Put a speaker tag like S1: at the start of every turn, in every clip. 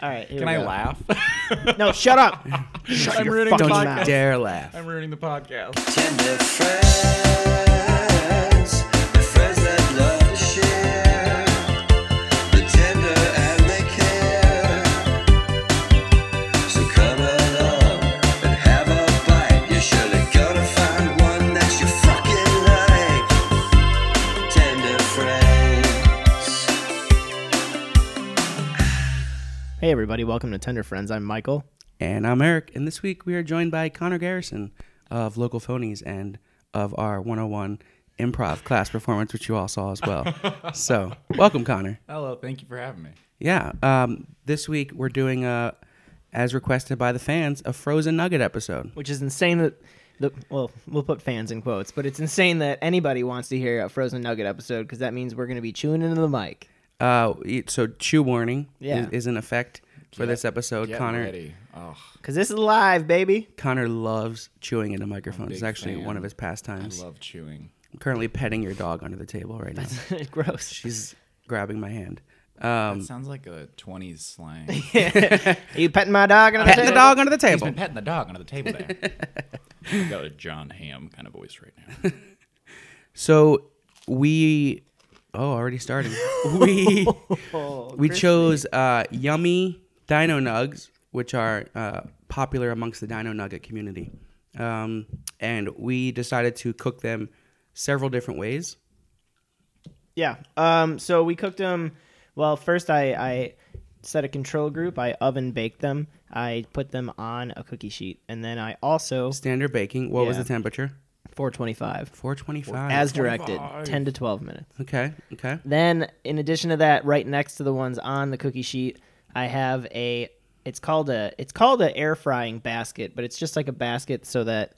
S1: All right. here
S2: Can
S1: we
S2: I
S1: go.
S2: laugh?
S1: No, shut up.
S2: Shut
S1: I'm
S2: your
S1: ruining the
S2: fucking
S1: podcast.
S2: mouth. dare laugh.
S1: I'm
S2: ruining the podcast.
S3: Tender friends, the friends that love to share, the tender and they care. So come along and have a bite. You're surely gonna find one that you fucking like. Tender friends.
S1: Hey, everybody. Welcome to Tender Friends. I'm Michael.
S4: And I'm Eric, and this week we are joined by Connor Garrison of Local Phonies and of our 101 improv class performance, which you all saw as well. so, welcome, Connor.
S2: Hello, thank you for having me.
S4: Yeah, um, this week we're doing, a, as requested by the fans, a Frozen Nugget episode.
S1: Which is insane that the well, we'll put fans in quotes, but it's insane that anybody wants to hear a Frozen Nugget episode because that means we're going to be chewing into the mic.
S4: Uh, it- so, chew warning
S1: Yeah.
S4: is, is in effect for this episode.
S2: Get
S4: Connor
S2: ready. Oh,
S1: Because this is live, baby.
S4: Connor loves chewing into microphones. It's
S2: big
S4: actually
S2: fan.
S4: one of his
S2: I
S4: pastimes.
S2: love chewing.
S4: I'm currently petting your dog under the table right now.
S1: Gross.
S4: She's grabbing my hand. Um,
S2: That sounds like a 20s slang.
S1: Are you petting my dog? under
S4: petting the
S1: table?
S4: dog under the
S2: He's
S4: table.
S2: been petting the dog under the table there. I got a John Ham kind of voice right now.
S4: So we oh already starting. we
S1: Oh,
S4: we chose uh, yummy dino nugs, which are uh, popular amongst the dino nugget community, um, and we decided to cook them several different ways.
S1: Yeah. Um. So we cooked them. Well, first I I set a control group. I oven baked them. I put them on a cookie sheet, and then I also
S4: Standard baking. What was
S1: Yeah.
S4: the temperature?
S1: 425
S4: Four twenty five.
S1: as directed, 10 to 12 minutes.
S4: okay, okay.
S1: Then, in addition to that, right next to the ones on the cookie sheet, I have a. It's called a. It's called a air frying basket, but it's just like a basket so that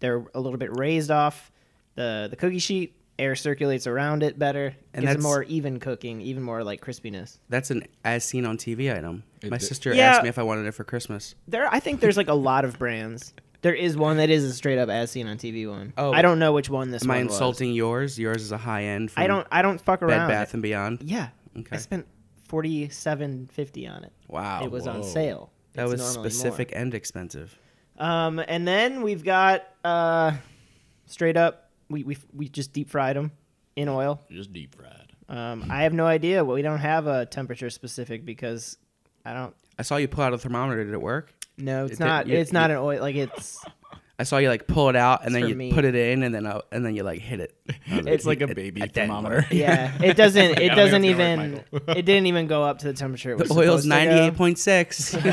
S1: they're a little bit raised off the the cookie sheet. Air circulates around it better, gives
S4: And
S1: it
S4: that's-
S1: more even cooking, even more like crispiness.
S4: That's an as seen on TV item. My
S2: did-
S4: sister
S1: Yeah.
S4: asked me if I wanted it for Christmas.
S1: There, I think there's like a lot of brands. There is one that is a straight up as seen on TV one.
S4: Oh.
S1: I don't know which one this
S4: Am I
S1: one was.
S4: insulting yours? Yours is a high end. From
S1: I don't. I don't fuck
S4: Bed
S1: around.
S4: Bath and Beyond.
S1: Yeah. I
S4: Okay.
S1: spent forty seven fifty on it.
S4: Wow.
S1: it was on
S2: whoa.
S1: sale.
S4: That
S1: It's
S4: was
S1: normally more.
S4: specific and expensive.
S1: Um, and then we've got uh, straight up. We we we just deep fried them in oil.
S2: Just deep fried.
S1: Um, I have no idea. Well, we don't have a temperature specific because I don't.
S4: I saw you pull out a thermometer. Did it work?
S1: No, it's
S4: It- it-
S1: not.
S4: you-
S1: it's not an oil. Like it's.
S4: I saw you like pull it out and
S1: It's
S4: then
S1: for
S4: you
S1: me.
S4: put it in and then uh, and then you like hit it. I was
S2: It's like a
S4: "It-
S2: baby
S4: it didn't
S2: thermometer.
S4: work."
S1: Yeah, it doesn't.
S2: I
S1: It
S2: don't
S1: doesn't
S2: think it's gonna
S1: even.
S2: work,
S1: It didn't even go up to the temperature. It was
S4: The oil's
S1: supposed to
S4: ninety
S1: go.
S4: eight point six.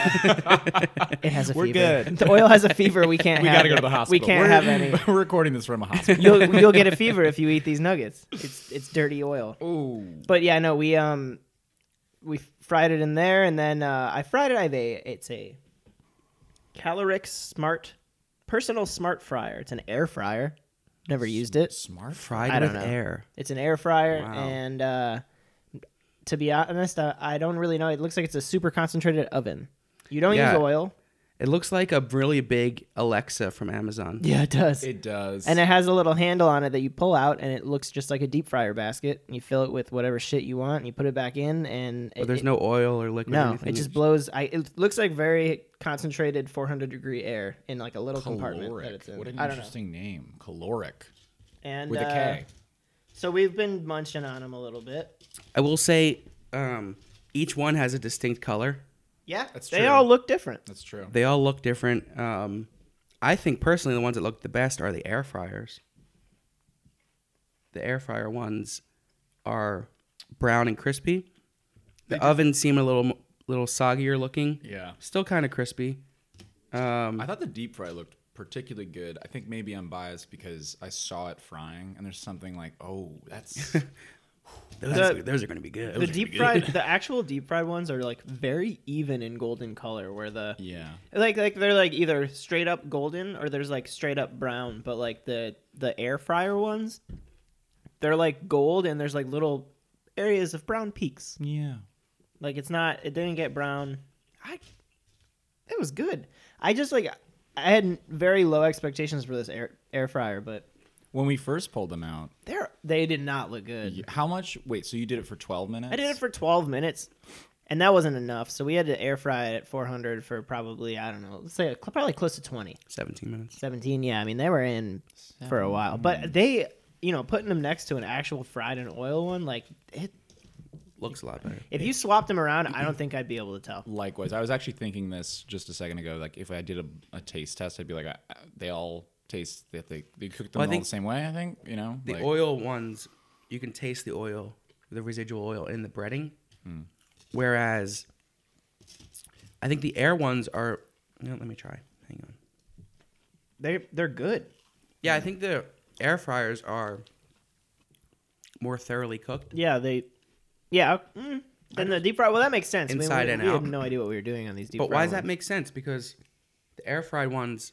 S1: It has a
S2: We're
S1: fever.
S2: good.
S1: The oil has a fever. We can't.
S2: We
S1: have
S2: got to go
S1: it.
S2: to the hospital.
S1: We can't
S2: We're-
S1: have any.
S2: We're recording this from a hospital.
S1: You'll you'll get a fever if you eat these nuggets. It's it's dirty oil.
S2: Ooh.
S1: But yeah, no, we um we fried it in there, and then uh, I fried it. I have a it's a caloric smart personal smart fryer. It's an air fryer. Never used it.
S2: Smart
S1: I
S4: Fried
S1: don't
S4: with
S1: know.
S4: air.
S1: It's an air fryer,
S4: Wow.
S1: and uh, to be honest, I, I don't really know. It looks like it's a super concentrated oven. You don't
S4: Yeah.
S1: use oil.
S4: It looks like a really big Alexa from Amazon.
S1: Yeah, it does.
S2: It does.
S1: and it has a little handle on it that you pull out, and it looks just like a deep fryer basket. And you fill it with whatever shit you want, and you put it back in, and
S4: But
S1: it,
S4: there's
S1: it-
S4: no oil or liquid. or
S1: No,
S4: anything.
S1: it just blows. I it looks like very concentrated 400 degree air in like a little compartment that
S2: caloric.
S1: it's in.
S2: What an
S1: I don't know.
S2: interesting name. Caloric.
S1: And
S2: With a
S1: uh,
S2: K.
S1: so we've been munching on them a little bit.
S4: I will say, um, each one has a distinct color.
S1: Yeah,
S2: That's
S1: they
S2: true.
S1: all look different.
S2: That's true.
S4: They all look different. Um, I think personally, the ones that look the best are the air fryers. The air fryer ones are brown and crispy. The ovens seem a little m- little soggier looking.
S2: Yeah.
S4: Still kind of crispy. Um,
S2: I thought the deep fry looked particularly good. I think maybe I'm biased because I saw it frying, and there's something like, oh, that's
S4: those,
S1: the-
S4: those are going to be good.
S1: The deep fried, the actual deep fried ones are like very even in golden color, where the
S2: yeah.
S1: like like they're like either straight up golden or there's like straight up brown. But like the the air fryer ones, they're like gold and there's like little areas of brown peaks.
S2: Yeah.
S1: Like it's not. It didn't get brown. I. It was good. I just like. I had very low expectations for this air air fryer, but
S2: When we first pulled them out,
S1: they they did not look good.
S2: y- how much? Wait, so you did it for 12 minutes?
S1: I did it for 12 minutes, and that wasn't enough. So we had to air fry it at 400 for probably I don't know, let's say probably close to 20,
S4: 17 minutes.
S1: 17. Yeah, I mean they were in for a while, but they, you know, putting them next to an actual fried and oil one, like it,
S4: Looks a lot better.
S1: if you swapped them around, I don't think I'd be able to tell.
S2: Likewise, I was actually thinking this just a second ago. Like, if I did a, a taste test, I'd be like, I, I- they all taste they they, they cook them
S4: Well, I
S2: all
S4: think
S2: the same way. I think you know
S4: The
S2: like,
S4: oil ones, you can taste the oil, the residual oil in the breading. Whereas I think the air ones are. No, let me try. Hang on.
S1: They they're good.
S4: Yeah, I think the air fryers are more thoroughly cooked.
S1: Yeah, they, yeah. Mm, and the deep fry. Well, that makes sense. I mean,
S4: Inside
S1: we,
S4: and
S1: we
S4: out.
S1: had no idea what we were doing on these deep.
S4: But
S1: fry
S4: why does that
S1: ones.
S4: make sense? Because the air fried ones,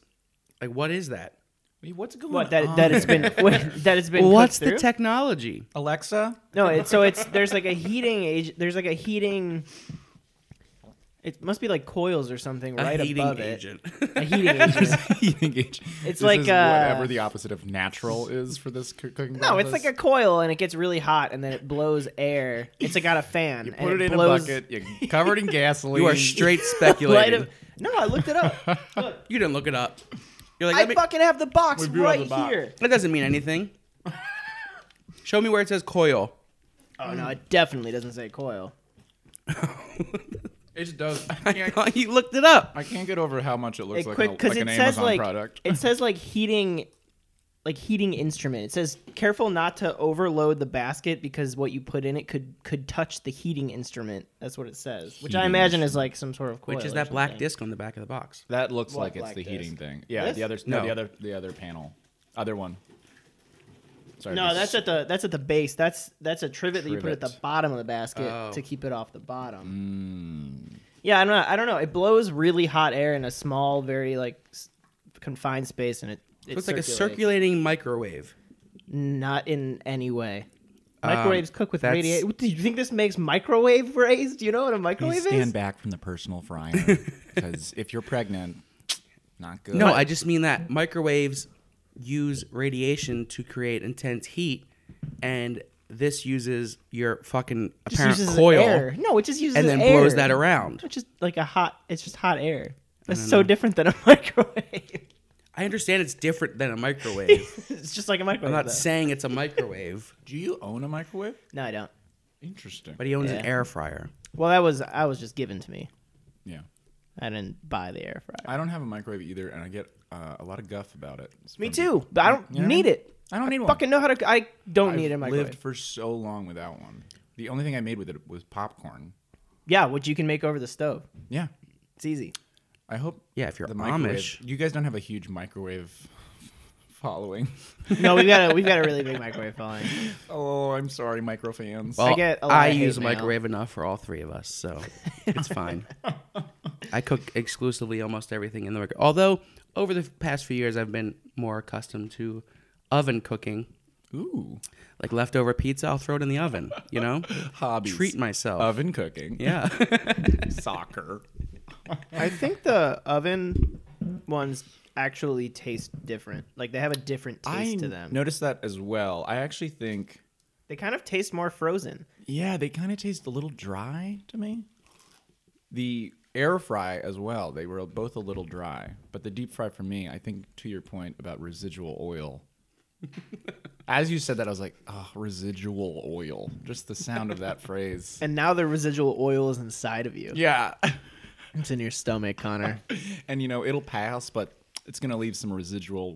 S4: like, what is that?
S2: Wait, what's going
S1: What that
S2: on?
S1: that it's been that it's been. cooked
S4: What's the
S1: through?
S4: technology?
S2: Alexa?
S1: No, it's so it's there's like a heating age. There's like a heating. It must be like coils or something right above it. A heating agent.
S2: it's
S1: It's like, uh,
S2: whatever the opposite of natural is for this coo- cooking.
S1: No, it's like a coil, and it gets really hot, and then it blows air. It's like got a fan.
S2: put
S1: and
S2: it in
S1: blows,
S2: a bucket. You're covered in gasoline.
S4: you are straight
S1: Light
S4: speculating.
S1: of, no, I looked it up. Look,
S4: you didn't look it up. You're like,
S1: I
S4: let me-
S1: fucking have the box
S2: We do have
S1: right
S2: the box.
S1: here.
S4: that doesn't mean anything. Show me where it says coil.
S1: Oh no, it definitely doesn't say coil.
S2: It just
S1: Oh,
S2: does. I
S4: I
S2: can't,
S4: thought you looked it up.
S2: I can't get over how much it looks
S1: It
S2: like,
S1: quick
S2: an,
S1: because
S2: like
S1: it
S2: an
S1: says
S2: Amazon
S1: like
S2: product.
S1: it says like heating, like heating instrument. It says careful not to overload the basket because what you put in it could could touch the heating instrument. That's what it says, which I
S2: Heating
S1: imagine is like some sort of coil
S4: Which is
S1: or
S4: that black
S1: something.
S4: disc on the back of the box?
S2: That looks
S1: What,
S2: like it's
S1: like
S2: the
S1: this?
S2: heating thing. Yeah,
S1: This?
S2: the other no,
S4: No.
S2: the other the other panel, other one. Sorry.
S1: No,
S2: this-
S1: that's at the that's at the base. That's that's a trivet, that you put at the
S2: Trivet.
S1: bottom of the basket
S4: Oh. Mm.
S1: to keep it off the bottom. Yeah, I don't know. I don't know. It blows really hot air in a small, very like s- confined space, and it it
S4: Looks like a
S1: circulates.
S4: circulating microwave.
S1: Not in any way.
S4: Um,
S1: Microwaves cook with
S4: that's-
S1: radiation. Do you think this makes microwave raised? Do you know what a microwave
S2: Please
S1: is?
S2: stand back from the personal fryer because if you're pregnant, not good.
S4: No, I just mean that microwaves use radiation to create intense heat, and this uses your fucking
S1: Just
S4: apparent
S1: uses
S4: coil
S1: air. No, it just uses
S4: and then
S1: air.
S4: blows that around.
S1: It's just like a hot. It's just hot air. That's so different than a microwave.
S4: I understand it's different than a microwave.
S1: it's just like a microwave.
S4: I'm not
S1: though.
S4: saying it's a microwave,
S2: Do you own a microwave?
S1: no, I don't.
S2: Interesting.
S4: but he owns an
S1: Yeah.
S4: air fryer.
S1: Well, that was I was just given to me.
S2: Yeah,
S1: I didn't buy the air fryer.
S2: I don't have a microwave either, and I get uh, a lot of guff about it. It's
S1: Me
S2: from-
S1: too, but I don't
S2: You know what I
S1: need
S2: mean?
S1: it.
S2: I don't need one.
S1: Fucking know how to. I don't
S2: I've
S1: need a microwave.
S2: lived for so long without one. The only thing I made with it was popcorn.
S1: Yeah, what you can make over the stove.
S2: Yeah,
S1: It's easy.
S2: I hope.
S4: Yeah, if you're
S2: the microwave-
S4: Amish.
S2: you guys don't have a huge microwave following.
S1: No, we've got a we've got a really big microwave following.
S2: oh, I'm sorry, micro fans.
S4: Well,
S1: get a lot
S4: I
S1: of hate
S4: use a
S1: mail.
S4: microwave enough for all three of us, so it's fine. I cook exclusively almost everything in the microwave. Although over the past few years, I've been more accustomed to oven cooking,
S2: Ooh,
S4: like leftover pizza. I'll throw it in the oven. You know,
S2: hobbies.
S4: treat myself.
S2: Oven cooking.
S4: Oh. Yeah,
S2: Soccer.
S1: I think the oven ones actually taste different. Like they have a different taste
S2: I
S1: to them.
S2: noticed that as well. I actually think,
S1: They kind of taste more frozen.
S2: yeah, they kind of taste a little dry to me. The air fry as well, they were both a little dry. But the deep fry for me, I think to your point about residual oil. as you said that, I was like, oh, residual oil. Just the sound of that phrase.
S1: And now the residual oil is inside of you.
S2: Yeah.
S1: It's in your stomach, Connor.
S2: and you know, it'll pass, but it's going to leave some residual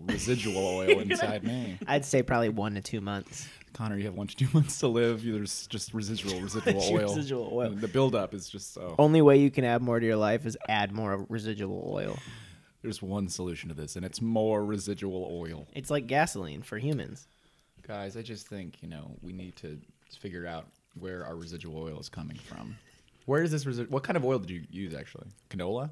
S2: residual oil inside me.
S1: I'd say probably one to two months.
S2: Connor, you have one to two months to live. There's just residual, residual
S1: Just
S2: oil.
S1: residual oil. Oh.
S2: The buildup is just so.
S1: Only way you can add more to your life is add more residual oil.
S2: There's one solution to this, and it's more residual oil.
S1: It's like gasoline for humans.
S2: Guys, I just think you know we need to figure out where our residual oil is coming from. Where is this residual? What kind of oil did you use actually? Canola.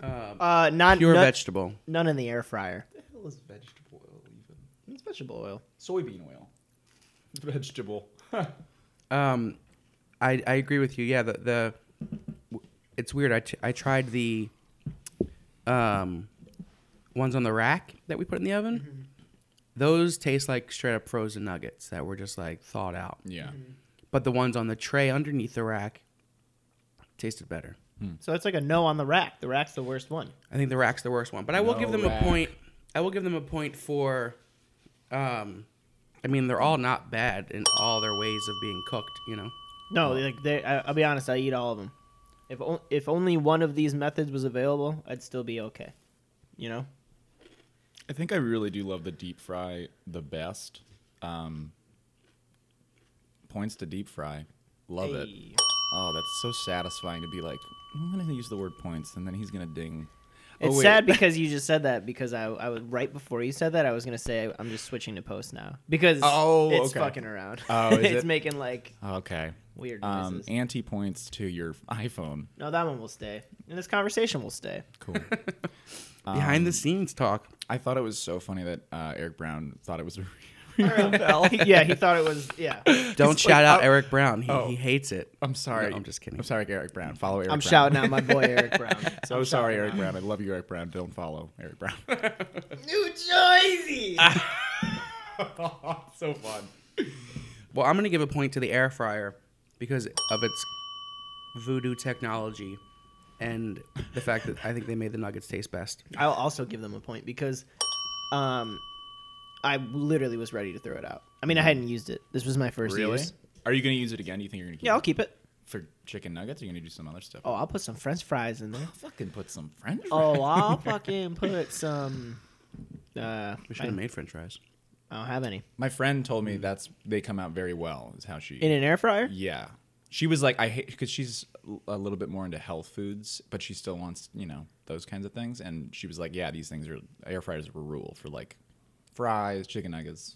S2: Um,
S1: Uh, not
S4: pure
S1: none,
S4: vegetable.
S1: none in the air fryer.
S2: What is vegetable oil even?
S1: It's vegetable oil.
S2: Soybean oil. Vegetable.
S4: Um, I I agree with you. Yeah, the the w- it's weird. I, t- I tried the um ones on the rack that we put in the oven. Those taste like straight up frozen nuggets that
S1: Mm-hmm.
S4: were just like thawed out.
S2: Yeah.
S4: But the ones on the tray underneath the rack tasted better.
S2: Hmm.
S1: So it's like a no on the rack. The rack's the worst one.
S4: I think the rack's the worst one, but I will
S2: No
S4: give them
S2: rack.
S4: a point. I will give them a point for. Um, I mean, they're all not bad in all their ways of being cooked. You know.
S1: No, like they, I, I'll be honest, I eat all of them. If o- if only one of these methods was available, I'd still be okay. You know,
S2: I think I really do love the deep fry the best. Um, points to deep fry. Love it.
S1: Hey.
S2: Oh, that's so satisfying to be like, I'm going to use the word points, and then he's going to ding. Oh,
S1: It's
S2: wait.
S1: sad because you just said that because I, I was right before you said that I was gonna say I'm just switching to post now because
S2: Oh,
S1: it's
S2: okay.
S1: fucking around.
S2: Oh, is
S1: it's
S2: it?
S1: making like
S2: Okay.
S1: weird
S2: Um,
S1: noises.
S2: anti points to your iPhone.
S1: no, that one will stay, and this conversation will stay.
S2: Cool. Um,
S4: Behind the scenes talk.
S2: I thought it was so funny that uh, Eric Brown thought it was a
S1: yeah, he thought it was yeah.
S4: Don't
S2: It's like,
S4: shout out
S2: oh-
S4: Eric Brown. He,
S2: oh.
S4: he hates it.
S2: I'm sorry.
S4: No, I'm just kidding.
S2: I'm sorry, Eric Brown. Follow Eric.
S1: I'm
S2: Brown.
S1: shouting out my boy Eric Brown.
S2: So sorry, Eric Brown. I love you, Eric Brown. Don't follow Eric Brown.
S1: New Jersey.
S2: so fun.
S4: Well, I'm gonna give a point to the air fryer because of its voodoo technology and the fact that I think they made the nuggets taste best.
S1: I'll also give them a point because, um, I literally was ready to throw it out. I mean, I hadn't used it. This was my first
S2: Really?
S1: use.
S2: Are you going to use it again? Do you think you're going to keep
S1: Yeah, I'll
S2: it
S1: keep it.
S2: for chicken nuggets? Or are you going to do some other stuff?
S1: Oh, I'll put some French fries in there.
S2: fucking put some French fries.
S1: Oh, I'll fucking put some. Uh,
S4: We should
S1: I,
S4: have made French fries.
S1: I don't have any
S2: My friend told me that's they come out very well. Is how she.
S1: in an air fryer.
S2: yeah. She was like, I hate because she's a little bit more into health foods, but she still wants you know those kinds of things. And she was like, yeah, these things are air fryers are a rule for like fries, chicken nuggets,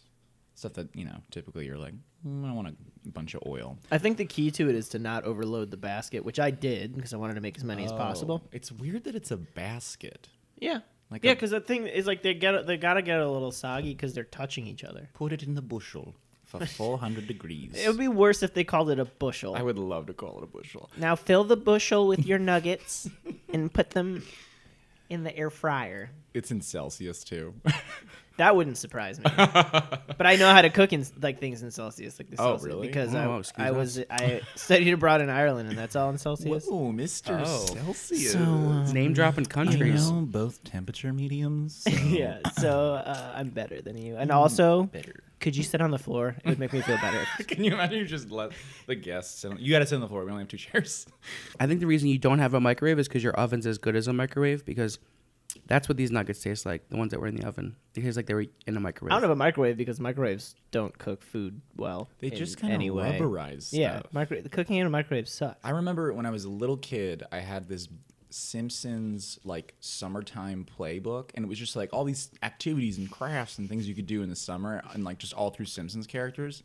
S2: stuff that you know typically you're like, mm, I don't want a bunch of oil.
S1: I think the key to it is to not overload the basket, which I did because I wanted to make as many as possible.
S2: Oh, It's weird that it's a basket.
S1: Yeah,
S2: Like
S1: yeah,
S2: a-
S1: because the thing is like they get they gotta get a little soggy because they're touching each other.
S2: Put it in the bushel for 400 degrees.
S1: It would be worse if they called it a bushel.
S2: I would love to call it a bushel.
S1: Now fill the bushel with your nuggets and put them in the air fryer.
S2: It's in Celsius too.
S1: That wouldn't surprise me. but I know how to cook in like things in Celsius, like the
S2: Oh,
S1: Celsius,
S2: really?
S1: because
S4: Oh,
S1: I,
S4: excuse
S1: I
S4: us.
S1: was I studied abroad in Ireland, and that's all in Celsius.
S2: Whoa, Mr. Celsius.
S4: Name dropping countries.
S2: uh, both temperature mediums.
S1: yeah, so uh, I'm better than you,
S2: Mm,
S1: and also, could you sit on the floor? It would make me feel better.
S2: Can you imagine you just let the guests sit on? You got to sit on the floor. We only have two chairs.
S4: I think the reason you don't have a microwave is because your oven's as good as a microwave because that's what these nuggets taste like. The ones that were in the oven, it tastes like they were in a microwave.
S1: I don't have a microwave because microwaves don't cook food well.
S2: They
S1: in
S2: just kind of
S1: any way.
S2: rubberize stuff.
S1: Yeah, micro- the cooking in a microwave sucks.
S2: I remember when I was a little kid, I had this Simpsons like summertime playbook, and it was just like all these activities and crafts and things you could do in the summer, and like just all through Simpsons characters,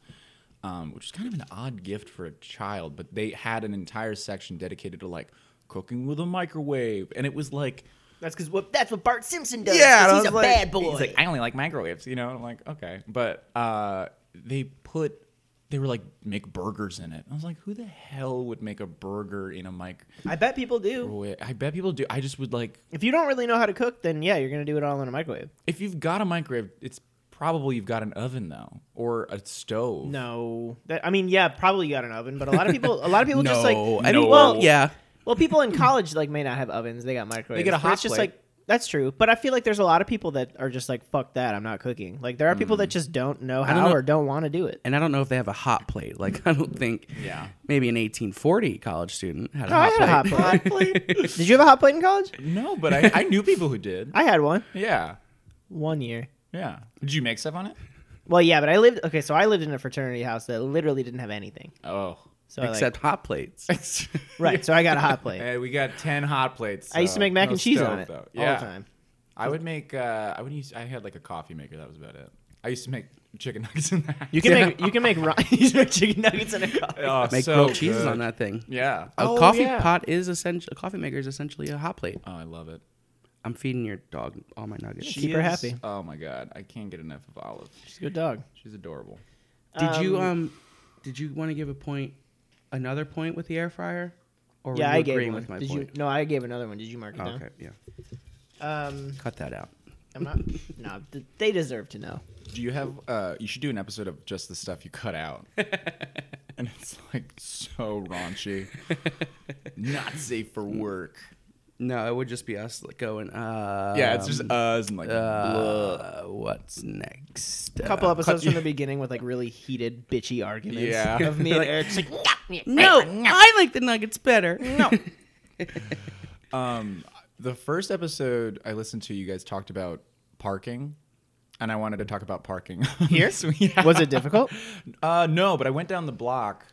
S2: um, which is kind of an odd gift for a child. But they had an entire section dedicated to like cooking with a microwave, and it was like,
S1: That's because what that's what Bart Simpson does.
S2: Yeah, and I
S1: he's
S2: was
S1: a
S2: like-
S1: bad boy.
S2: he's like, I only like microwaves, you know. And I'm like, okay, but uh, they put. They were like make burgers in it. I was like, who the hell would make a burger in a mic?
S1: I bet people do.
S2: Wait, I bet people do. I just would like
S1: If you don't really know how to cook, then yeah, you're gonna do it all in a microwave.
S2: if you've got a microwave, it's probably you've got an oven though or a stove.
S1: No, that, I mean, yeah, probably you got an oven, but a lot of people, a lot of people just like,
S2: No,
S4: I mean,
S2: No.
S4: well, yeah.
S1: well, people in college like may not have ovens; they got microwaves.
S2: get a
S1: but
S2: hot
S1: It's just
S2: plate.
S1: like that's true, but I feel like there's a lot of people that are just like, fuck that, I'm not cooking. Like there are people
S2: Mm.
S1: that just don't know how
S4: don't know-
S1: or don't want to do it.
S4: And I don't know if they have a hot plate. Like I don't think.
S2: Yeah.
S4: Maybe an 1840 college student had a
S1: No, I
S4: hot
S1: had a hot
S4: plate.
S1: plate. Did you have a hot plate in college?
S2: No, but I, I knew people who did.
S1: I had one
S2: Yeah.
S1: one year.
S2: Yeah. Did you make stuff on it?
S1: Well, yeah, but I lived okay, so I lived in a fraternity house that literally didn't have anything.
S2: Oh.
S1: So I, like-
S4: Except hot plates.
S1: right, so I got a hot plate.
S2: Hey, we got 10 hot plates.
S1: I used to
S2: so
S1: make mac
S2: no
S1: and cheese
S2: stove,
S1: on it
S2: though.
S1: all
S2: Yeah.
S1: the time.
S2: I would make uh I would use I had like a coffee maker, that was about it. I used to make chicken nuggets in that.
S1: You can make you can make ri- you can make chicken nuggets in a coffee.
S2: oh,
S4: Make
S2: so
S4: grilled cheeses
S2: good.
S4: on that thing.
S2: Yeah. Oh,
S4: A
S1: Oh,
S4: coffee
S2: yeah.
S4: pot is essentially a coffee maker is essentially a hot plate.
S2: Oh, I love it.
S4: I'm feeding your dog all my nuggets.
S1: Keep her happy.
S2: Oh my god, I can't get enough of Olive.
S1: She's a good dog.
S2: She's adorable.
S4: Did you um did you want to give a point another point with the air fryer? Or
S1: Yeah,
S4: you
S1: I gave
S4: agreeing
S1: one.
S4: with my
S1: Did
S4: point?
S1: you? No, I gave another one. Did you mark it
S4: Oh,
S1: down?
S4: okay, yeah.
S1: Um,
S4: Cut that out.
S1: I'm not. no, th- they deserve to know.
S2: Do you have? Uh, you should do an episode of just the stuff you cut out. and it's like so raunchy. Not safe for work.
S4: No, it would just be us like, going. Uh,
S2: Yeah, it's just us and like bleh.
S4: uh, what's next?
S1: A couple episodes from the beginning with like really heated, bitchy arguments
S2: Yeah.
S1: of me and Eric. It's like,
S4: No, I like the Nuggets better. No,
S2: Um, the first episode I listened to, you guys talked about parking, and I wanted to talk about parking
S1: Here?
S2: So, yeah.
S1: was it difficult?
S2: Uh, no, but I went down the block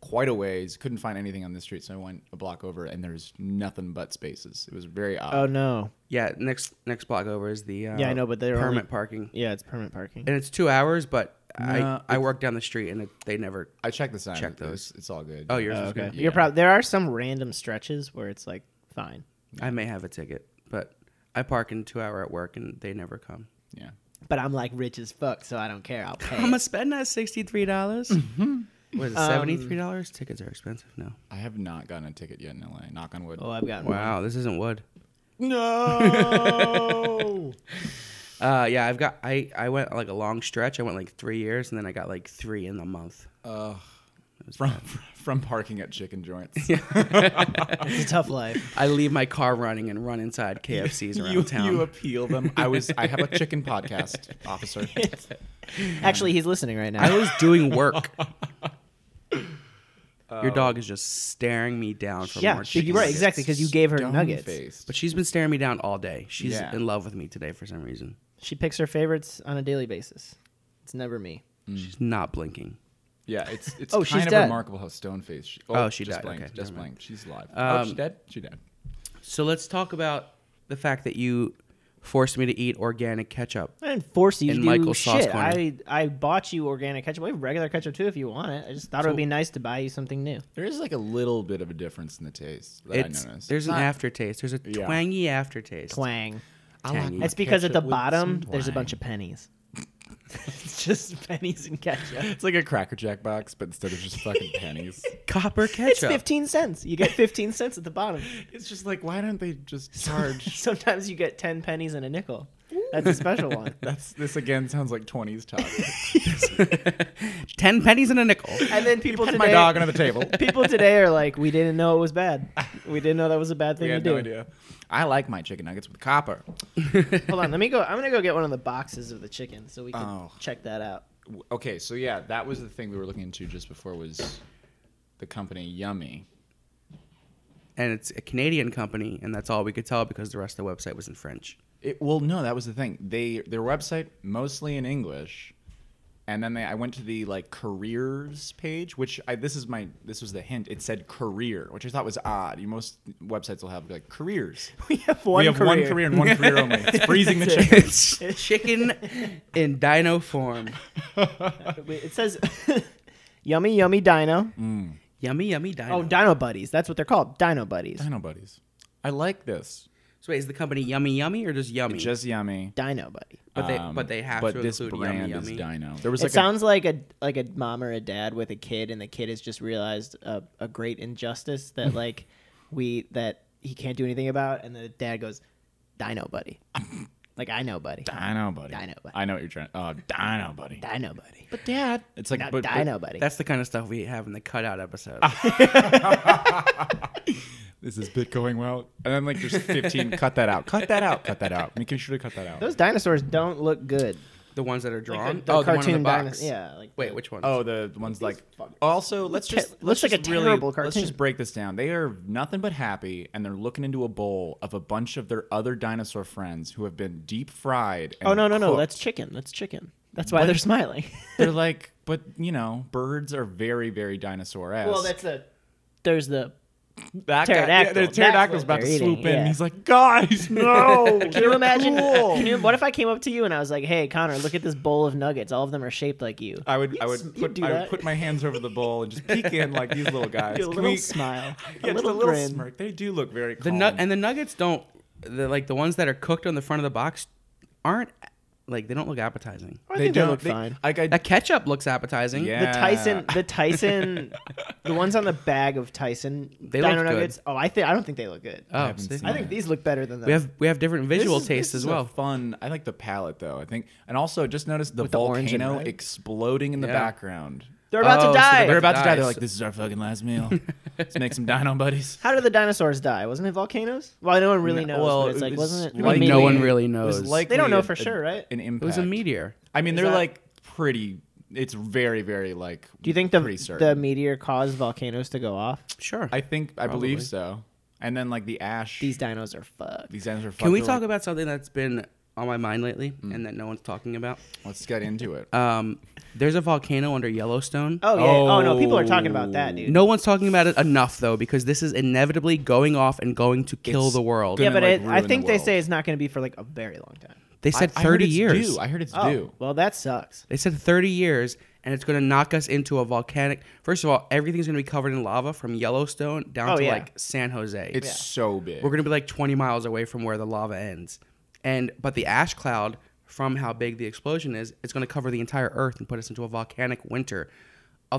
S2: quite a ways. Couldn't find anything on this street, so I went a block over, and there's nothing but spaces. It was very odd.
S1: Oh no.
S4: yeah. Next next block over is the uh,
S1: Yeah, I know, but they're
S4: permit
S1: only-
S4: parking,
S1: Yeah, it's permanent parking.
S4: and it's two hours. But
S2: No,
S4: I I work down the street, and it, they never.
S2: I checked the sign.
S4: Check
S2: It was-
S4: those.
S2: It's all good.
S4: Oh, yours is
S1: okay.
S4: good.
S1: You're probably there are some random stretches where it's like fine.
S4: I may have a ticket, but I park in two hour at work, and they never come.
S2: Yeah.
S1: But I'm like rich as fuck, so I don't care. I'll pay.
S4: I'm gonna spend that sixty three dollars.
S1: Mm-hmm.
S4: What is
S1: Um,
S4: it? Seventy three dollars. Tickets are expensive now.
S2: I have not gotten a ticket yet in LA. Knock on wood.
S1: oh, I've gotten one.
S4: Wow, this isn't wood.
S2: No.
S4: Uh, yeah, I've got. I I went like a long stretch. I went like three years, and then I got like three in the month.
S2: from from parking at chicken joints.
S1: It's a tough life.
S4: I leave my car running and run inside KFCs around
S2: you,
S4: town.
S2: you appeal them. I was. I have a chicken podcast, officer.
S1: Actually, he's listening right
S4: I
S1: now.
S4: was doing work.
S2: Oh.
S4: Your dog is just staring me down for
S1: Yeah,
S4: more
S1: she-
S4: chicken
S1: you're right,
S4: nuggets.
S1: exactly, because you gave her
S2: Stone
S1: nuggets.
S2: faced.
S4: But she's been staring me down all day. She's
S2: Yeah.
S4: in love with me today for some reason.
S1: She picks her favorites on a daily basis. It's never me.
S2: Mm.
S4: She's not blinking.
S2: Yeah, it's it's
S1: Oh,
S2: kind
S1: she's
S2: of
S1: dead.
S2: remarkable how stone faced. She,
S4: Oh, she
S2: just
S4: died.
S2: Blanked,
S4: Okay,
S2: just
S4: never mind.
S2: blanked. She's alive. oh,
S4: Um,
S2: she dead. She dead.
S4: So let's talk about the fact that you forced me to eat organic ketchup.
S1: I didn't force you to
S4: In
S1: do
S4: Michael's sauce
S1: shit.
S4: corner.
S1: I, I bought you organic ketchup. We have regular ketchup too if you want it. I just thought it would be nice to buy you something new.
S2: There is like a little bit of a difference in the taste that
S4: It's,
S2: I noticed.
S4: there's an
S2: Not-
S4: aftertaste. There's a
S2: Yeah.
S4: twangy aftertaste.
S1: Twang.
S2: I like
S4: tangy.
S2: my
S1: That's because at the
S2: ketchup with
S1: bottom
S2: some
S1: there's a
S2: twang.
S1: bunch of pennies. it's just pennies and ketchup.
S2: It's like a Cracker Jack box, but instead of just fucking pennies,
S4: Copper
S1: It's
S4: ketchup.
S1: 15 cents. You get 15 cents at the bottom.
S2: it's just like why don't they just charge?
S1: Sometimes you get 10 pennies and a nickel. That's a special one.
S2: That's this again sounds like 20s talk.
S4: Ten pennies and a nickel.
S1: And then people today,
S2: Put my dog under the table.
S1: people today are like, we didn't know it was bad. We didn't know that was a bad thing
S2: We
S1: to
S2: had
S1: do.
S2: no idea. I like my chicken nuggets with copper.
S1: Hold on, let me go. I'm gonna go get one of the boxes of the chicken so we can
S2: Oh.
S1: check that out.
S2: W- Okay, so yeah, that was the thing we were looking into just before was the company Yummy.
S4: and it's a Canadian company, and that's all we could tell because the rest of the website was in French.
S2: It, well, no, that was the thing. They their website mostly in English, and then they, I went to the like careers page, which I this is my this was the hint. It said career, which I thought was odd. You most websites will have like careers.
S1: We have one.
S2: we have
S1: career.
S2: one career and one career only. It's freezing the
S1: That's it.
S2: chicken.
S4: Chicken in dino form.
S1: Wait, It says, "Yummy, yummy Dino."
S2: Mm.
S4: Yummy, yummy dino.
S1: Oh, Dino Buddies. That's what they're called. Dino Buddies.
S2: Dino buddies. I like this.
S4: so wait, is the company Yummy Yummy or just Yummy?
S2: Just Yummy.
S1: Dino Buddy.
S4: but they
S2: Um,
S4: but they have
S2: but
S4: to
S2: this
S4: include
S2: brand
S4: Yummy
S2: is
S4: Yummy.
S2: Dino. There was
S1: It
S2: like
S1: sounds like a like a mom or a dad with a kid, and the kid has just realized a, a great injustice that like we that he can't do anything about, and the dad goes, "Dino Buddy." like I know, buddy.
S2: a Dino buddy.
S1: Dino buddy.
S2: I know what you're trying. Oh, Dino buddy.
S1: Dino Buddy.
S2: But Dad, it's like
S1: Not
S2: but, but-
S1: Dino Buddy. Ah.
S4: That's the kind of stuff we have in the cutout episode.
S2: This is bit going well, and then like there's 15. cut that out. Cut that out. Cut that out. Making sure to cut that out.
S1: Those dinosaurs don't look good.
S4: the ones that are drawn.
S1: the
S4: oh, the one
S1: cartoon
S4: in the box.
S1: dinos- yeah, like
S4: wait,
S1: the-
S4: which one?
S2: Oh, the, the ones like. Also, let's just
S1: looks
S2: let's
S1: like a
S2: just really
S1: terrible
S2: let's just
S1: cartoon.
S2: break this down. They are nothing but happy, and they're looking into a bowl of a bunch of their other dinosaur friends who have been deep fried. And
S1: Oh no, no, no.
S2: cooked.
S1: That's chicken. That's chicken. That's why they're smiling.
S2: they're like, but you know, birds are very very dinosaur esque.
S1: a. There's the.
S2: that
S1: pterodactyl.
S2: Guy, yeah, the
S1: That's
S2: pterodactyl's
S1: what
S2: about to
S1: they're
S2: swoop
S1: eating,
S2: in.
S1: yeah.
S2: He's like, guys, no.
S1: Can you imagine? Can you, what if I came up to you and I was like, "Hey, Connor, look at this bowl of nuggets. All of them are shaped like you."
S2: I would, I
S1: You'd
S2: would
S1: sm- you'd
S2: put,
S1: do
S2: I would
S1: that.
S2: put my hands over the bowl and just peek in like these little guys.
S1: Do a
S2: Can
S1: little
S2: we-
S1: smile,
S2: Yeah,
S1: a
S2: just
S1: little grin.
S2: smirk. They do look very
S4: the
S2: calm.
S4: nu- and the nuggets don't the like the ones that are cooked on the front of the box aren't like they don't look appetizing.
S1: I think they look fine.
S2: Like I,
S4: That ketchup looks appetizing.
S2: Yeah.
S1: The Tyson, the Tyson, the ones on the bag of Tyson
S4: They
S1: Dino
S4: look good.
S1: Nuggets. Oh, I think I don't think they look good.
S4: Oh,
S2: haven't
S4: see?
S2: seen
S1: I think these look better than those.
S4: we have we have different
S2: This
S4: visual
S2: is-
S4: tastes
S2: this
S4: as
S2: is a
S4: well.
S2: fun. I like the palette though. I think, and also just notice the
S1: the orange and
S2: volcano
S1: red?
S2: exploding in the
S4: Yeah.
S2: background
S1: They're about
S4: Oh, so
S1: to die.
S2: They're
S4: they're
S2: about to die.
S4: Nice.
S2: They're like, this is our fucking last meal. Let's make some dino buddies.
S1: How did the dinosaurs die? Wasn't it volcanoes? Well, no one really
S2: No,
S1: knows.
S2: well,
S1: but it's
S2: it
S1: like,
S2: was
S1: wasn't it?
S2: like
S1: maybe-
S4: no one really
S2: It
S4: knows.
S2: was like
S1: They don't know for sure, right?
S2: An impact.
S4: it was a meteor.
S2: I mean, they're
S1: that-
S2: like pretty. It's very, very like.
S1: Do you think the
S2: pretty
S1: the
S2: certain.
S1: meteor caused volcanoes to go off?
S4: Sure.
S2: I think I
S4: Probably.
S2: believe so. And then like the ash.
S1: These dinos are fucked.
S2: these dinos are.
S4: Can we talk about something that's been on my mind lately and that no one's talking about?
S2: Let's get into it.
S4: Um, there's a volcano under Yellowstone. Uh,
S1: Oh yeah. Oh, no, people are talking about that, dude.
S4: No one's talking about it enough though, because this is inevitably going off and going to kill
S2: It's
S4: the world.
S1: yeah,
S2: gonna,
S1: but
S2: like,
S1: it, I
S2: ruin the
S1: think they
S2: world.
S1: say it's not going to be for like a very long time.
S4: They said
S2: I- I heard
S4: 30
S2: it's
S4: years.
S2: due. I heard it's
S1: Oh,
S2: due.
S1: well, that sucks.
S4: They said 30 years, and it's going to knock us into a volcanic. First of all, everything's going to be covered in lava from Yellowstone down
S1: Oh,
S4: to
S1: yeah.
S4: like San Jose.
S2: It's so big.
S4: We're going to be like 20 miles away from where the lava ends. And but the ash cloud from how big the explosion is, it's going to cover the entire earth and put us into a volcanic winter. A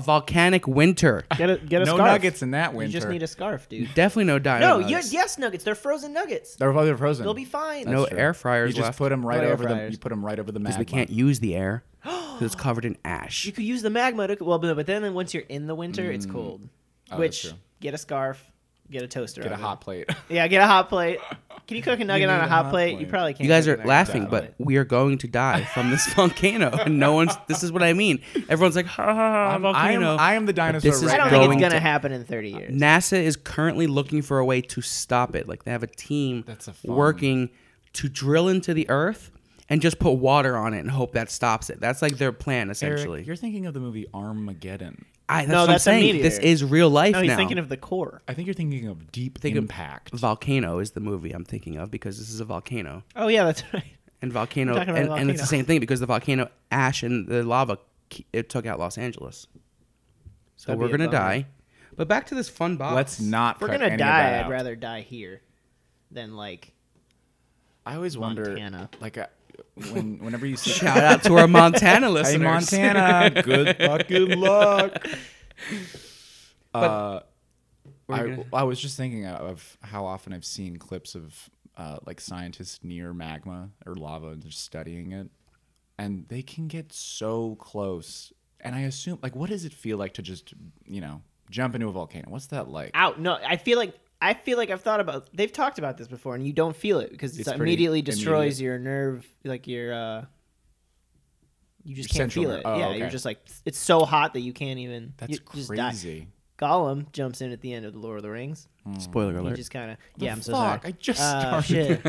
S4: volcanic winter.
S1: Get a get a
S2: No
S1: scarf.
S2: nuggets in that
S1: You just
S2: winter.
S1: need a scarf, dude.
S4: Definitely no dino.
S1: no,
S4: nugs.
S1: you, yes, nuggets. They're frozen nuggets.
S2: They're probably frozen.
S1: They'll be fine.
S4: No air fryers
S2: You just
S4: left.
S2: put them right
S1: No air
S2: over the.
S1: fryers.
S2: You put 'em right over the
S4: because
S2: magma.
S4: we can't use the air because it's covered in ash.
S1: You could use the magma. To, well, but but then once you're in the winter, it's cold.
S2: Mm. Oh, that's
S1: Which
S2: true.
S1: get a scarf, get a toaster,
S2: get a
S1: oven.
S2: hot plate.
S1: Yeah, get a hot plate. Can you cook a nugget
S2: need
S1: on a,
S2: a
S1: hot
S2: hot
S1: plate? You
S2: plate.
S1: probably can't.
S4: You guys
S1: cook
S4: are
S1: a nugget on a
S4: laughing,
S1: hot
S4: but
S1: plate.
S4: we are going to die from this volcano. And no one's. This is what I mean. Everyone's like, ha ha ha,
S2: I'm- I am.
S4: volcano.
S2: I am the dinosaur.
S4: this is
S1: I
S2: right
S1: don't
S2: now.
S1: think
S4: going
S1: it's gonna
S4: to-
S1: happen in 30 years.
S4: NASA is currently looking for a way to stop it. Like they have a team
S2: That's a fun-
S4: working to drill into the Earth and just put water on it and hope that stops it. That's like their plan, essentially.
S2: Eric, you're thinking of the movie Armageddon.
S4: I, that's
S1: No,
S4: what
S1: that's a
S4: I'm saying.
S1: meteor.
S4: This is real life
S1: no, Oh, he's
S4: now.
S1: thinking of the core.
S2: I think you're thinking of Deep
S4: of-
S2: Impact.
S4: volcano is the movie I'm thinking of because this is a volcano.
S1: Oh yeah, that's right.
S4: and volcano,
S1: Talking
S4: and,
S1: about
S4: and it's the
S1: volcano.
S4: same thing because the volcano ash and the lava ke- it took out Los Angeles. So
S1: That'd
S4: we're
S1: be a
S4: gonna
S1: bummer.
S4: die. But back to this fun box.
S2: Let's not.
S1: If we're
S2: cut
S1: gonna
S2: any of that
S1: die, I'd
S2: out.
S1: rather die here than like.
S2: I always wonder,
S1: Montana.
S2: like, uh, when whenever you see
S4: shout out to our Montana listeners.
S2: Hey, Montana, good fucking luck. Uh,
S4: We're
S2: I,
S4: gonna-
S2: I was just thinking of how often I've seen clips of uh, like scientists near magma or lava and they're studying it, and they can get so close. And I assume, like, what does it feel like to just, you know, jump into a volcano? What's that like?
S1: out. No, I feel like I feel like I've thought about. They've talked about this before, and you don't feel it because it
S2: It's pretty
S1: immediately destroys your nerve, like your. uh You just
S2: Your
S1: can't
S2: central
S1: feel
S2: nerve.
S1: it.
S2: Oh,
S1: yeah,
S2: okay.
S1: you're just like it's so hot that you can't even.
S2: That's
S1: you just die.
S2: crazy.
S1: Gollum jumps in at the end of the Lord of the Rings.
S4: Spoiler
S1: He
S4: alert.
S1: just kind of yeah. I'm so
S2: Fuck! I
S1: sorry.
S2: just
S1: Oh,
S2: started.
S1: shit.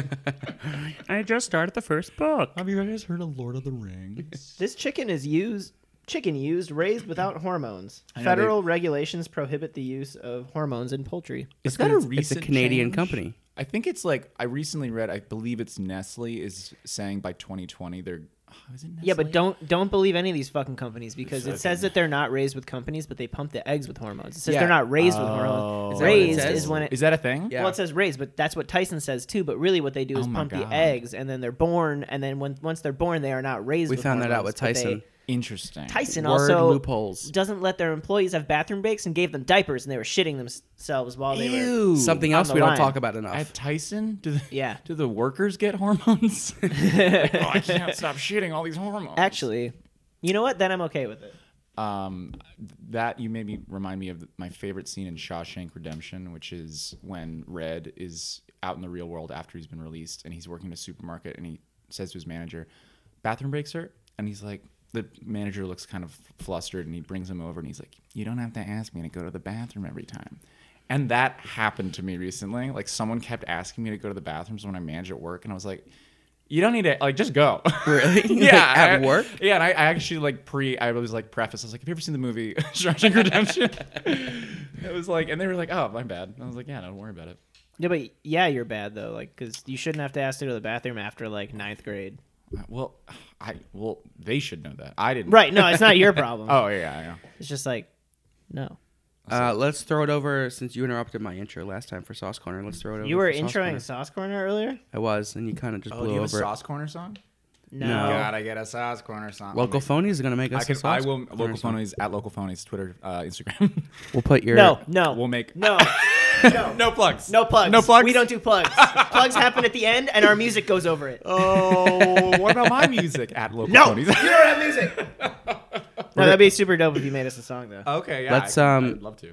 S4: I just started the first book.
S2: Have you guys heard of Lord of the Rings?
S1: This chicken is used chicken used raised without hormones.
S2: I know they-
S1: Federal regulations prohibit the use of hormones in poultry.
S2: Is
S4: It's- It's a Canadian company.
S2: I think it's like I recently read. I believe it's Nestle is saying by 2020 they're. Oh, is it Nestle?
S1: Yeah, but don't don't believe any of these fucking companies because it says that they're not raised with companies, but they pump the eggs with hormones. It says
S2: Yeah.
S1: they're not raised with hormones.
S4: Oh. Is that what it
S1: raised
S4: says?
S1: is when it,
S2: Is that a thing?
S4: Yeah.
S1: well, it says raised, but that's what Tyson says too. But really, what they do is
S2: Oh my
S1: pump
S2: God.
S1: the eggs, and then they're born, and then when once they're born, they are not raised.
S4: We
S1: with
S4: found that out with
S1: hormones, but they-
S4: Tyson.
S2: Interesting.
S1: Tyson
S4: Word
S1: also
S4: loopholes.
S1: doesn't let their employees have bathroom breaks and gave them diapers, and they were shitting themselves while they were.
S2: Ew.
S4: Something
S1: on
S4: else
S1: the
S4: we don't
S1: line.
S4: talk about enough.
S2: At Tyson, do the,
S1: Yeah.
S2: do the workers get hormones? Like, oh, I can't stop shitting all these hormones.
S1: Actually, you know what? Then I'm okay with it.
S2: um, that you made me remind me of my favorite scene in Shawshank Redemption, which is when Red is out in the real world after he's been released, and he's working in a supermarket, and he says to his manager, "Bathroom breaks, sir," and he's like. The manager looks kind of flustered, and he brings him over, and he's like, "You don't have to ask me to go to the bathroom every time." And that happened to me recently. Like someone kept asking me to go to the bathrooms when I manage at work, and I was like, "You don't need to. Like, just go."
S4: Really? Like,
S2: yeah.
S4: at
S2: I-
S4: work?
S2: yeah, and I, I actually like pre. I was like preface. I was like, "Have you ever seen the movie Shawshank Redemption?" it was like, and they were like, "Oh, my bad." And I was like, "Yeah, don't worry about it."
S1: Yeah, but yeah, you're bad though, like because you shouldn't have to ask to go to the bathroom after like ninth grade.
S2: Well, I well, they should know that. I didn't.
S1: Right? No, it's not your problem.
S2: Oh yeah, yeah.
S1: It's just like, no.
S4: uh, let's throw it over since you interrupted my intro last time for Sauce Corner. Let's throw it over.
S1: You were
S4: for Sauce
S1: introing
S4: Corner.
S1: Sauce Corner earlier.
S4: I was, and you
S2: Oh,
S4: kind of just blew over. it.
S2: corner song?
S1: No.
S4: No.
S2: God, I get a sauce corner song.
S4: Local phonies are gonna make
S2: I,
S4: us. a
S2: can, I
S4: sauce
S2: will
S4: corner
S2: local
S4: song.
S2: phonies at local phonies Twitter uh, Instagram.
S4: We'll put your
S1: No, no.
S2: We'll make-
S1: no, no,
S2: no plugs.
S1: no plugs.
S2: No plugs.
S1: We don't do plugs. plugs happen at the end, and our music goes over it.
S2: Oh, what Oh, about my music at local
S1: no, you
S2: phonies?
S1: don't have music. No, that'd be super dope if you made us a song though.
S2: Okay, yeah.
S4: Let's,
S2: I can-
S4: um,
S2: I'd love to.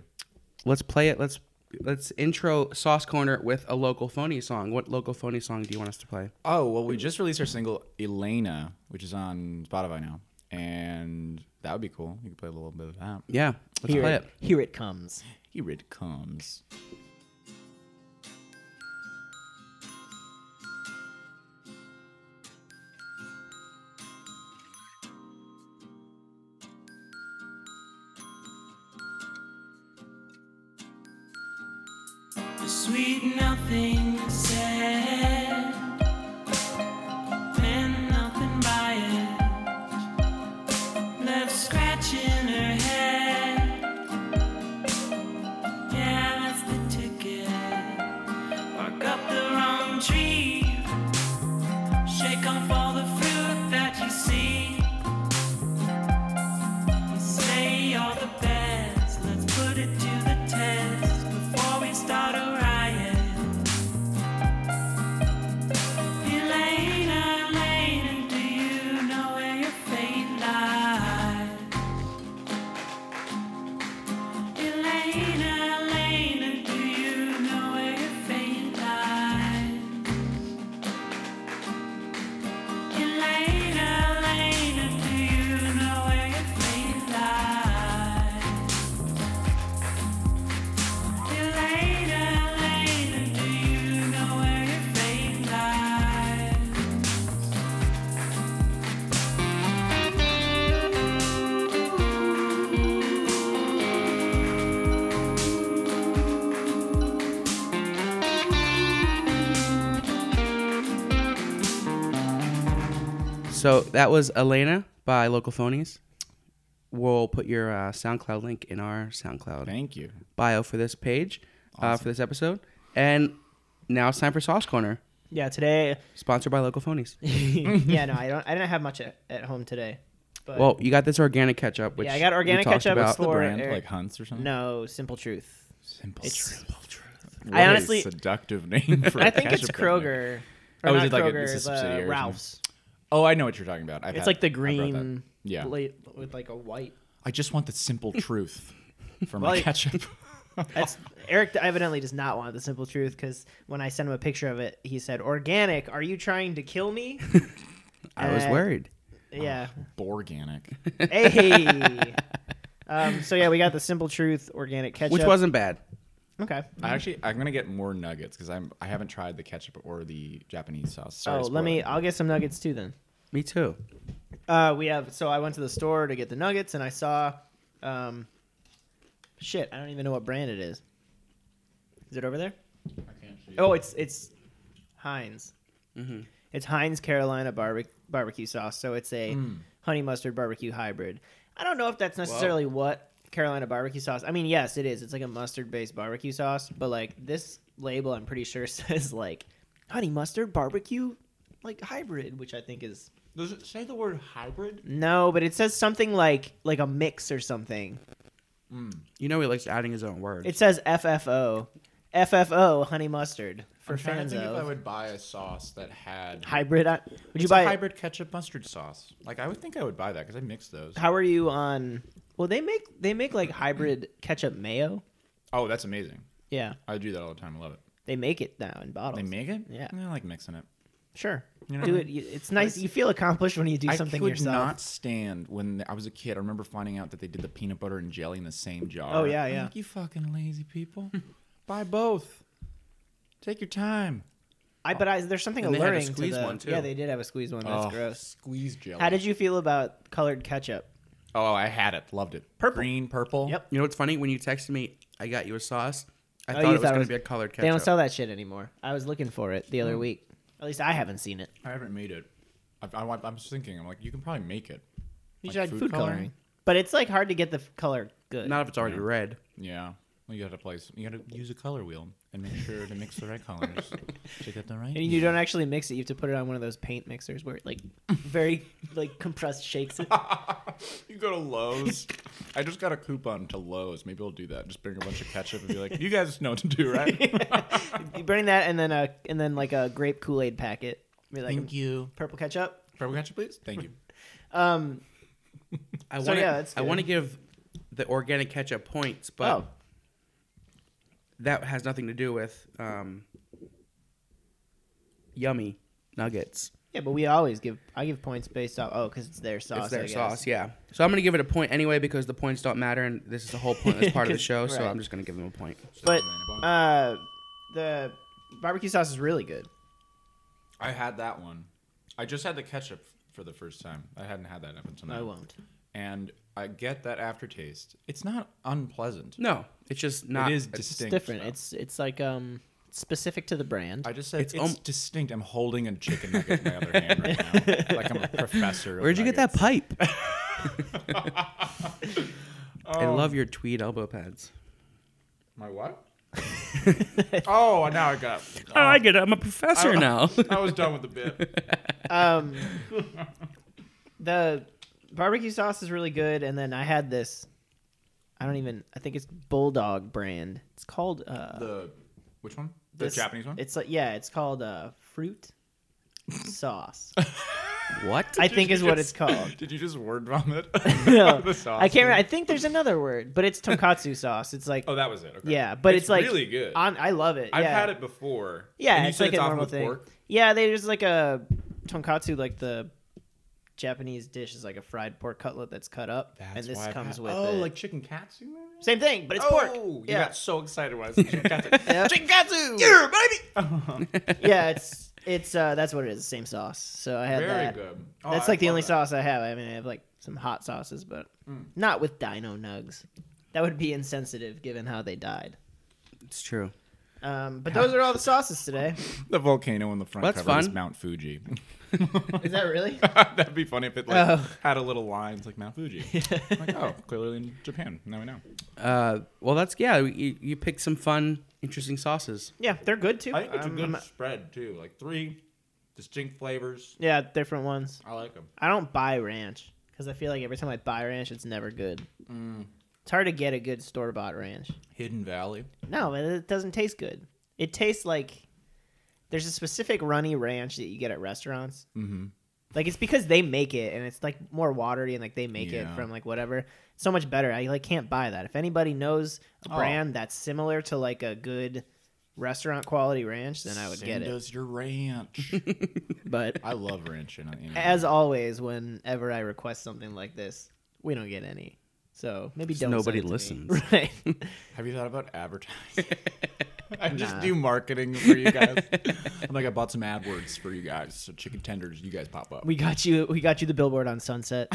S4: Let's play it. Let's let's intro Sauce Corner with a local phony song. What local phony song do you want us to play?
S2: Oh well, we just released our single Elena, which is on Spotify now, and that would be cool. You could play a little bit of that.
S4: Yeah, let's
S1: Here
S4: play
S1: it,
S4: it.
S1: here it comes.
S2: Here it comes.
S5: Sweet nothing said, pen nothing by it, left scratch in her head. Yeah, that's the ticket. Bark up the wrong tree, shake off all the fruit that you see. Say all the best. Let's put it to the test before we start a riot. Elena, Elena, do you know where your fate lies? Elena, Elena, do you know where your fate lies? Elena, Elena, do you know where your fate lies? Elena, Elena, do you know where your fate lies?
S4: So that was Elena by Local Phonies. We'll put your uh, SoundCloud link in our SoundCloud
S2: Thank you.
S4: bio for this page, uh, for this episode. And now it's time for Sauce Corner,
S1: Yeah, today.
S4: sponsored by Local Phonies.
S1: yeah, no, I don't. I didn't have much at, at home today. But
S4: Well, you got this organic ketchup, which
S1: Yeah, I got
S4: we
S1: organic
S4: talked
S1: ketchup. It's
S4: About.
S2: The
S1: Or-
S2: brand
S1: or-
S2: like Hunts or something.
S1: no, simple truth.
S2: Simple
S1: It's-
S2: Truth. What
S1: I
S2: a
S1: honestly-
S2: seductive name. For
S1: I
S2: a
S1: think it's
S2: ketchup brand.
S1: Kroger.
S2: Oh,
S1: Or
S2: is
S1: not
S2: it like a-
S1: Kroger,
S2: it's a
S1: the
S2: subsidiary or something?
S1: Ralph's.
S2: Oh, I know what you're talking about. I've
S1: It's
S2: had-
S1: like the
S2: I brought that.
S1: green,
S2: Yeah.
S1: plate with like a white.
S2: I just want the simple truth for my
S1: Well, you-
S2: ketchup. Oh.
S1: That's Eric evidently does not want the simple truth because when I sent him a picture of it, he said, "Organic? Are you trying to kill me?"
S4: I was
S1: Uh,
S4: worried.
S1: Yeah.
S2: Borganic.
S1: hey. Um, so yeah, we got the simple truth organic ketchup,
S4: Which wasn't bad.
S1: okay.
S2: I actually, I'm gonna get more nuggets because I'm I haven't tried the ketchup or the Japanese sauce. Sorry,
S1: Oh, let me.
S2: spoiler.
S1: I'll get some nuggets too then.
S4: Me too.
S1: Uh, we have. So I went to the store to get the nuggets, and I saw, um, shit. I don't even know what brand it is. Is it over there? Oh, it's it's Heinz. It's Heinz Carolina barbe- barbecue sauce. So it's a honey mustard barbecue hybrid. I don't know if that's necessarily what Carolina barbecue sauce. I mean, yes, it is. It's like a mustard based barbecue sauce, but like this label, I'm pretty sure says like honey mustard barbecue like hybrid, which I think is
S2: Does it say the word hybrid?
S1: no, but it says something like like a mix or something.
S4: You know he likes adding his own words.
S1: It says FFO, FFO honey mustard for
S2: I'm trying to
S1: fans
S2: think if I
S1: of
S2: would buy a sauce that had
S1: hybrid. on- Would you
S2: It's a
S1: buy?
S2: hybrid ketchup mustard sauce. Like I would think I would buy that because I mix those.
S1: How are you on? Well, they make they make like hybrid ketchup mayo.
S2: Oh, that's amazing.
S1: Yeah,
S2: I do that all the time. I love it.
S1: they make it now in bottles.
S2: They make it.
S1: Yeah.
S2: I like mixing it.
S1: sure.
S2: You know-
S1: do it. You- It's nice. You feel accomplished when you do something
S2: I could
S1: yourself.
S2: not stand when I was a kid. I remember finding out that they did the peanut butter and jelly in the same jar.
S1: Oh, yeah,
S2: I'm
S1: yeah.
S2: Like, you fucking lazy people. buy both. Take your time.
S1: I but I, there's something
S4: And they had a
S1: alluring
S4: squeeze
S1: to the,
S4: one, too.
S1: Yeah, they did have a squeeze one. That's
S2: Ugh,
S1: gross.
S2: Squeeze jelly.
S1: How did you feel about colored ketchup?
S2: Oh, I had it. Loved it. Purple. Green, purple.
S1: Yep.
S4: you know what's funny? When you texted me, I got you a sauce. I
S1: Oh,
S4: thought
S1: you
S4: it was
S1: thought it
S4: going
S1: was-
S4: to be a colored ketchup. Hmm.
S1: They don't sell that shit anymore. I was looking for it the other week. At least I haven't seen it.
S2: I haven't made it. I, I, I'm just thinking. I'm like, you can probably make it.
S1: You
S2: Like
S1: tried
S2: food
S1: food coloring.
S2: coloring?
S1: but it's like hard to get the f- color good.
S4: Not if it's already red.
S2: Yeah. Well, you got to place. You got to use a color wheel and make sure to mix the right colors. Check out the right.
S1: and you don't actually mix it. You have to put it on one of those paint mixers where it like very like compressed shakes it.
S2: You go to Lowe's. I just got a coupon to Lowe's. Maybe I'll do that. Just bring a bunch of ketchup and be like, "You guys know what to do, right?"
S1: you bring that and then a and then like a grape Kool Aid packet. Be like
S2: you.
S1: purple ketchup.
S2: Purple ketchup, please. Thank you.
S1: Um,
S4: I
S1: So,
S4: want to.
S1: yeah, that's
S4: I
S1: good.
S4: want to give the organic ketchup points, but
S1: oh,
S4: that has nothing to do with um, yummy nuggets.
S1: yeah, but we always give. I give points based off. Oh, because it's their sauce.
S4: it's their
S1: I guess.
S4: sauce, yeah. So I'm gonna give it a point anyway because the points don't matter, and this is the whole pointless part of the
S1: 'Cause-
S4: show. So
S1: right.
S4: I'm just gonna give them a point.
S1: But uh, the barbecue sauce is really good.
S2: I had that one. I just had the ketchup for the first time. I hadn't had that up until now.
S1: I won't.
S2: And I get that aftertaste. It's not unpleasant.
S4: No, it's just not.
S2: it is
S4: it's-
S2: distinct.
S1: It's different.
S2: though.
S1: It's it's like um specific to the brand.
S2: I just said
S4: it's
S2: it's,
S4: om-
S2: distinct. I'm holding a chicken nugget in my other hand right now, like I'm a professor. of
S4: Where'd you get that
S2: nuggets.
S4: pipe? I
S2: Um,
S4: love your tweed elbow pads.
S2: My what? oh, now I got. it.
S4: Oh, I get it. I'm a professor now.
S2: I was done with the bit.
S1: um, the barbecue sauce is really good, and then I had this. I don't even. I think it's Bulldog brand. It's called uh,
S2: The which one? The
S1: this-
S2: Japanese one.
S1: It's like yeah, it's called uh, fruit sauce.
S4: what?
S1: I think is what it's called.
S2: Did you just word vomit?
S1: No,
S2: the sauce.
S1: I can't. Remember. I think there's another word, but it's tonkatsu sauce. It's like
S2: Oh, that was it. Okay.
S1: yeah, but it's, like
S2: really good.
S1: On, I love it.
S2: I've
S1: yeah.
S2: had it before.
S1: Yeah,
S2: and you
S1: it's
S2: said
S1: like a
S2: often
S1: normal
S2: with
S1: thing.
S2: pork?
S1: Yeah, there's like a tonkatsu, like the Japanese dish is like a fried pork cutlet that's cut up, and this
S2: why I've
S1: comes
S2: had-
S1: with
S2: oh,
S1: it.
S2: like chicken katsu. Maybe?
S1: Same thing, but it's
S2: Oh,
S1: pork.
S2: You
S1: Yeah,
S2: got so excited when I said chicken katsu.
S1: Yeah.
S2: Chicken katsu. Yeah, baby.
S1: yeah, it's it's uh, that's what it is. Same sauce. So I had
S2: Very
S1: that.
S2: good. Oh,
S1: That's
S2: I
S1: like the
S2: love
S1: only
S2: that. Mm.
S1: sauce I have. I mean, I have like some hot sauces, but not with dino nugs. That would be insensitive given how they died.
S4: It's true.
S1: Um, but those are all the sauces today.
S2: The volcano in the front
S4: Well, that's
S2: cover is
S4: fun.
S2: Mount Fuji.
S1: Is that really?
S2: That'd be funny if it like
S1: Oh.
S2: had a little line it's like Mount Fuji. like, oh, clearly in Japan. Now we know.
S4: Uh, well, that's yeah. You, you picked some fun, interesting sauces.
S1: Yeah, they're good too.
S2: I think it's
S1: Um,
S2: a good
S1: I'm-
S2: spread too. Like three distinct flavors.
S1: yeah, different ones.
S2: I like them.
S1: I don't buy ranch because I feel like every time I buy ranch, it's never good.
S2: Mm.
S1: It's hard to get a good store bought ranch.
S2: Hidden Valley.
S1: No, but it doesn't taste good. It tastes like there's a specific runny ranch that you get at restaurants. Mm-hmm. Like it's because they make it, and it's like more watery, and like they make it
S2: Yeah.
S1: from like whatever. It's so much better. I like can't buy that. If anybody knows a
S2: Oh.
S1: brand that's similar to like a good restaurant quality ranch, then I would get it.
S2: Does your ranch?
S1: But
S2: I love ranch. And you know,
S1: as always, whenever I request something like this, we don't get any. So maybe don't.
S4: nobody
S1: send it to me.
S4: listens.
S1: right?
S2: have you thought about advertising? I just do marketing for you guys. I'm like I bought some AdWords for you guys. So chicken tenders, you guys pop up.
S1: We got you. We got you the billboard on Sunset.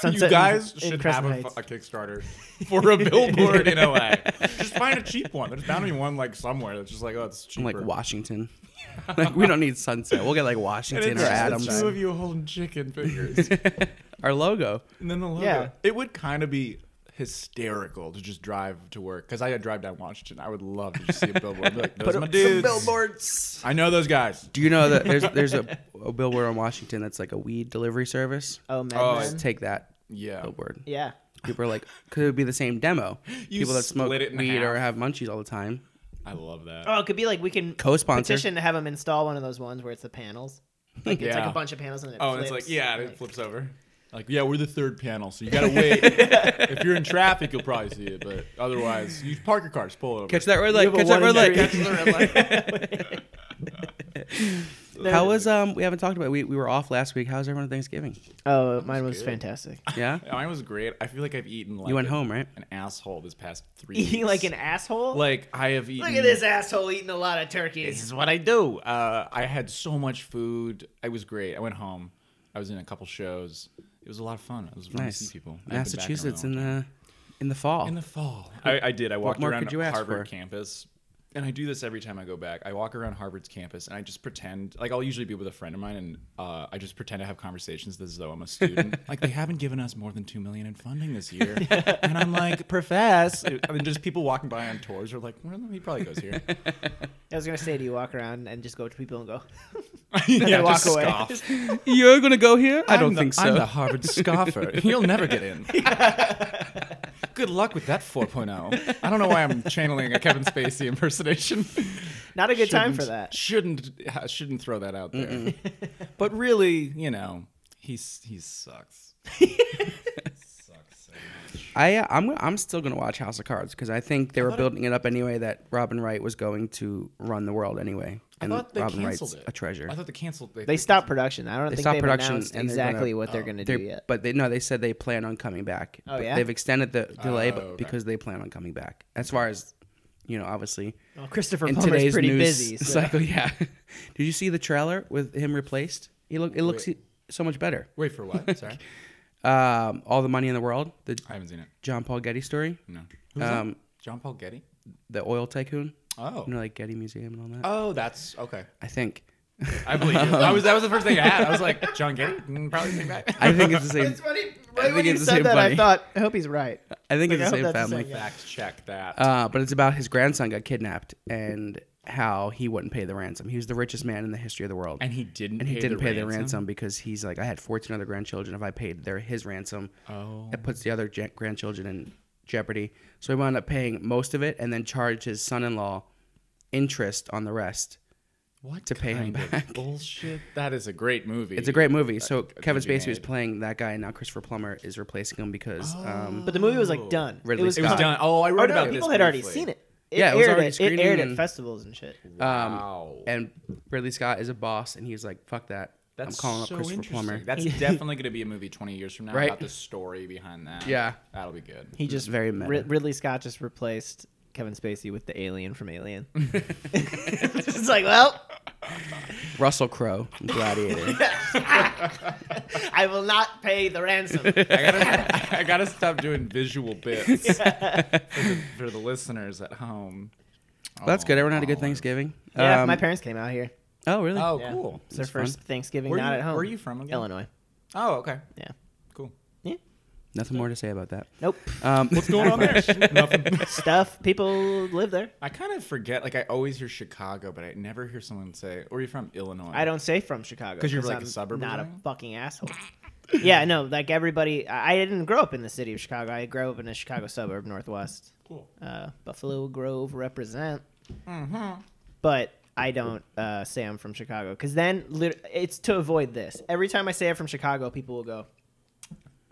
S1: Sunset
S2: you
S1: in-
S2: guys
S1: in
S2: should have
S1: Crescent
S2: a,
S1: Heights.
S2: fu- a Kickstarter for a billboard in LA. Just find a cheap one. There's bound to be one like somewhere that's just like, oh, it's
S4: I'm
S2: cheaper.
S4: like Washington. like we don't need sunset. We'll get like
S2: And
S4: Washington
S2: it's
S4: or
S2: just
S4: Adams.
S2: the two of you holding chicken fingers,
S4: Our logo.
S2: and then the logo.
S1: Yeah.
S2: It would kind of be hysterical to just drive to work because I had drive down Washington. I would love to just see a billboard. Be like, those are my dudes.
S4: billboards.
S2: I know those guys.
S4: Do you know that there's there's a, a billboard on Washington that's like a weed delivery service?
S1: Oh, Mad
S2: Oh,
S1: Men?
S2: it's-
S4: Take that
S2: Yeah.
S4: billboard.
S1: yeah.
S4: People are like, could it be the same demo?
S2: You
S4: People that smoke
S2: split it in
S4: weed or
S2: half.
S4: have munchies all the time.
S2: I love that.
S1: Oh, it could be like we can
S4: Co-sponsor.
S1: petition to have them install one of those ones where it's the panels. Like it's like
S2: Yeah.
S1: a bunch of panels and then it
S2: Oh, and
S1: flips.
S2: it's like, yeah, and it flips over. Like, yeah, we're the third panel, so you gotta wait. if you're in traffic, you'll probably see it, but otherwise, you park your car, just pull over.
S4: Catch that red light. Catch that red light. How was um? We haven't talked about. It. We we were off last week. How was everyone at Thanksgiving?
S1: Oh, mine was fantastic.
S4: Yeah.
S2: Mine was great. I feel like I've eaten like
S4: You went
S2: a-
S4: home, right?
S2: An asshole this past three.
S1: Eating
S2: weeks.
S1: like an asshole.
S2: like I have eaten.
S1: Look at this asshole eating a lot of turkey.
S2: This is what I do. Uh, I had so much food. It was great. I went home. I was in a couple shows. It was a lot of fun. It was fun to
S4: Nice.
S2: see people. I haven't been back a
S4: Massachusetts
S2: while.
S4: in the in the fall.
S2: In the fall. I, I did. I walked
S4: more
S2: around
S4: could you ask
S2: Harvard
S4: for?
S2: campus. And I do this every time I go back. I walk around Harvard's campus and I just pretend, like, I'll usually be with a friend of mine and uh, I just pretend to have conversations as though I'm a student. like, they haven't given us more than $2 million in funding this year. and I'm like, profess. I mean, just people walking by on tours are like, well, he probably goes here.
S1: I was gonna say, do you walk around and just go to people and go?
S2: yeah,
S1: walk
S2: just
S1: away.
S2: scoff.
S4: You're gonna go here? I
S2: I'm
S4: don't
S2: the-
S4: think so.
S2: I'm the Harvard scoffer. You'll never get in. Good luck with that 4.0. I don't know why I'm channeling a Kevin Spacey impersonation.
S1: Not a good time for
S2: Shouldn't-
S1: that.
S2: Shouldn't uh, shouldn't throw that out there. but really, you know, he's he sucks.
S4: I uh, I'm I'm still gonna watch House of Cards because I think they were building it up anyway that Robin Wright was going to run the world anyway,
S2: I
S4: and
S2: thought they
S4: Robin
S2: canceled
S4: Wright's
S2: it.
S4: a treasure.
S2: I thought they canceled.
S1: They stopped production. I don't
S4: They
S1: think
S4: stopped
S1: they've
S4: production
S1: announced
S4: and they're
S1: exactly
S4: gonna-
S1: what they're going to
S4: They're-
S1: do yet.
S4: But they no, they said they plan on coming back.
S1: Oh,
S4: But
S1: yeah?
S4: they've extended the delay, but
S2: Oh, okay.
S4: because they plan on coming back. As far as you know, obviously
S1: Well, Christopher
S4: in
S1: Plummer's
S4: today's
S1: pretty
S4: news
S1: busy. So.
S4: cycle, yeah. Did you see the trailer with him replaced? He look it looks
S2: Wait.
S4: so much better.
S2: Wait for what? Sorry,
S4: Um, all the money in the world, the
S2: I haven't seen it.
S4: John Paul Getty story,
S2: No.
S4: um,
S2: John Paul Getty.
S4: the oil tycoon,
S2: Oh.
S4: you know, like Getty Museum and all that.
S2: Oh, that's okay.
S4: I think.
S2: I believe you. I was that was the first thing I had. I was like, John Getty, Mm, probably take that.
S4: I think it's the same.
S1: It's funny.
S4: I
S1: Right
S4: think
S1: when you
S4: it's the
S1: said
S4: same
S1: that, I
S4: funny.
S1: thought, I hope he's right.
S4: I think it's the
S1: Like, I
S4: same
S1: hope that's the
S4: family.
S1: same, yeah.
S2: Fact check that.
S4: Uh, but it's about his grandson got kidnapped and how he wouldn't pay the ransom. He was the richest man in the history of the world,
S2: and he didn't.
S4: And he
S2: pay
S4: didn't
S2: the
S4: pay
S2: ransom?
S4: the ransom because he's like, I had fourteen other grandchildren. If I paid their his ransom,
S2: Oh.
S4: it puts the other gen- grandchildren in jeopardy. So he wound up paying most of it and then charged his son-in-law interest on the rest.
S2: What
S4: to pay him
S2: kind of
S4: back.
S2: bullshit. That is a great movie.
S4: It's a great movie. So
S2: could
S4: Kevin
S2: be
S4: Spacey was
S2: made.
S4: playing that guy, and now Christopher Plummer is replacing him because um,
S1: But the movie was like done.
S4: Ridley
S2: Oh. It was
S4: Scott.
S2: done. Oh, I
S1: Or
S2: read
S1: no,
S2: about this.
S1: people had already
S2: briefly.
S1: seen it. It
S4: Yeah, it was
S1: aired
S4: already
S1: at, it aired
S4: screening
S1: at
S4: and-
S1: festivals and shit.
S4: Um,
S2: Wow.
S4: and Ridley Scott is a boss, and he's like, "Fuck that!
S2: That's
S4: I'm calling
S2: so
S4: up Christopher
S2: interesting.
S4: Plummer."
S2: That's definitely going to be a movie 20 years from now
S4: Right.
S2: about the story behind that.
S4: Yeah.
S2: That'll be good.
S1: He just
S4: very meta.
S1: Rid- Ridley Scott just replaced Kevin Spacey with the alien from Alien. it's like, well,
S4: Russell Crowe, from Gladiator.
S1: I will not pay the ransom.
S2: I gotta, I gotta stop doing visual bits for, the, for the listeners at home. Oh.
S4: Well, that's good. Everyone had a good
S2: Olive.
S4: Thanksgiving.
S1: yeah,
S4: Um,
S1: my parents came out here.
S4: Oh, really?
S2: Oh,
S1: Yeah.
S2: cool.
S1: It's their
S4: fun.
S1: first Thanksgiving
S2: Where
S1: not
S2: you-
S1: at home.
S2: where are you from again?
S1: Illinois.
S2: Oh, okay.
S1: Yeah.
S2: Cool.
S1: Yeah.
S4: Nothing more to say about that.
S1: Nope.
S4: Um,
S2: What's going on there? Nothing.
S1: Stuff. People live there.
S2: I kind of forget. Like I always hear Chicago, but I never hear someone say, "Where are you from?" Illinois.
S1: I don't say from Chicago
S2: 'Cause you're, like,
S1: I'm
S2: a suburb or
S1: Not a
S2: something?
S1: fucking asshole. yeah, no. Like everybody, I I didn't grow up in the city of Chicago. I grew up in a Chicago suburb, Northwest.
S2: Cool.
S1: Uh, Buffalo Grove represent.
S2: Mm-hmm.
S1: But I don't uh, say I'm from Chicago because then lit- it's to avoid this. Every time I say I'm from Chicago, people will go.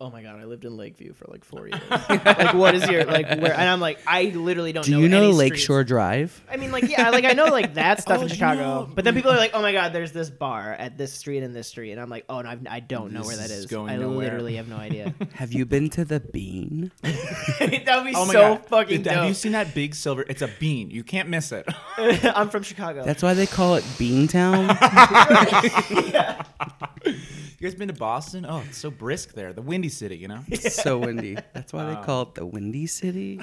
S1: Oh my god! I lived in Lakeview for like four years. like, what is your like? Where? And I'm like, I literally don't.
S4: do
S1: know
S4: you know
S1: any streets.
S4: Lakeshore Drive?
S1: I mean, like, yeah, like I know like that stuff
S2: Oh,
S1: in
S2: you
S1: Chicago,
S2: know-
S1: but then people are like, "Oh my God, there's this bar at this street and this street," and I'm like, "Oh, no, I've, I don't know
S2: This
S1: where that
S2: is
S1: is.
S2: going
S1: I
S2: nowhere."
S1: literally have no idea."
S4: Have you been to the Bean?
S1: that would be
S2: Oh my
S1: so
S2: God.
S1: fucking
S2: Have you
S1: dope.
S2: seen that big silver? It's a bean. You can't miss it.
S1: I'm from Chicago.
S4: That's why they call it Beantown.
S2: You guys been to Boston? Oh, it's so brisk there. The windy city, you know?
S4: it's so windy. That's why they call it the Windy City.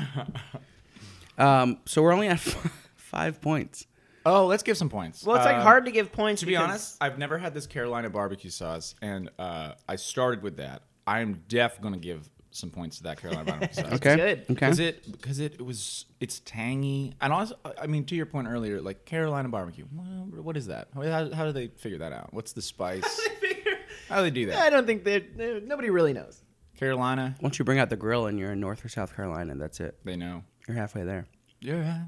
S4: Um, so we're only at f- five points.
S2: oh, let's give some points.
S1: well, it's like
S2: Uh,
S1: hard to give points.
S2: To be honest, I've never had this Carolina barbecue sauce, and uh, I started with that. I'm def going to give some points to that Carolina barbecue sauce.
S4: Okay.
S1: good.
S4: Okay.
S2: Because it because it was it's tangy and also I mean to your point earlier like Carolina barbecue well, what is that how, how, how do they figure that out what's the spice how do they do
S1: I
S2: that
S1: don't think that nobody really knows.
S2: Carolina
S4: Once you bring out the grill and you're in North or South Carolina, that's it.
S2: they know
S4: You're halfway there.
S2: yeah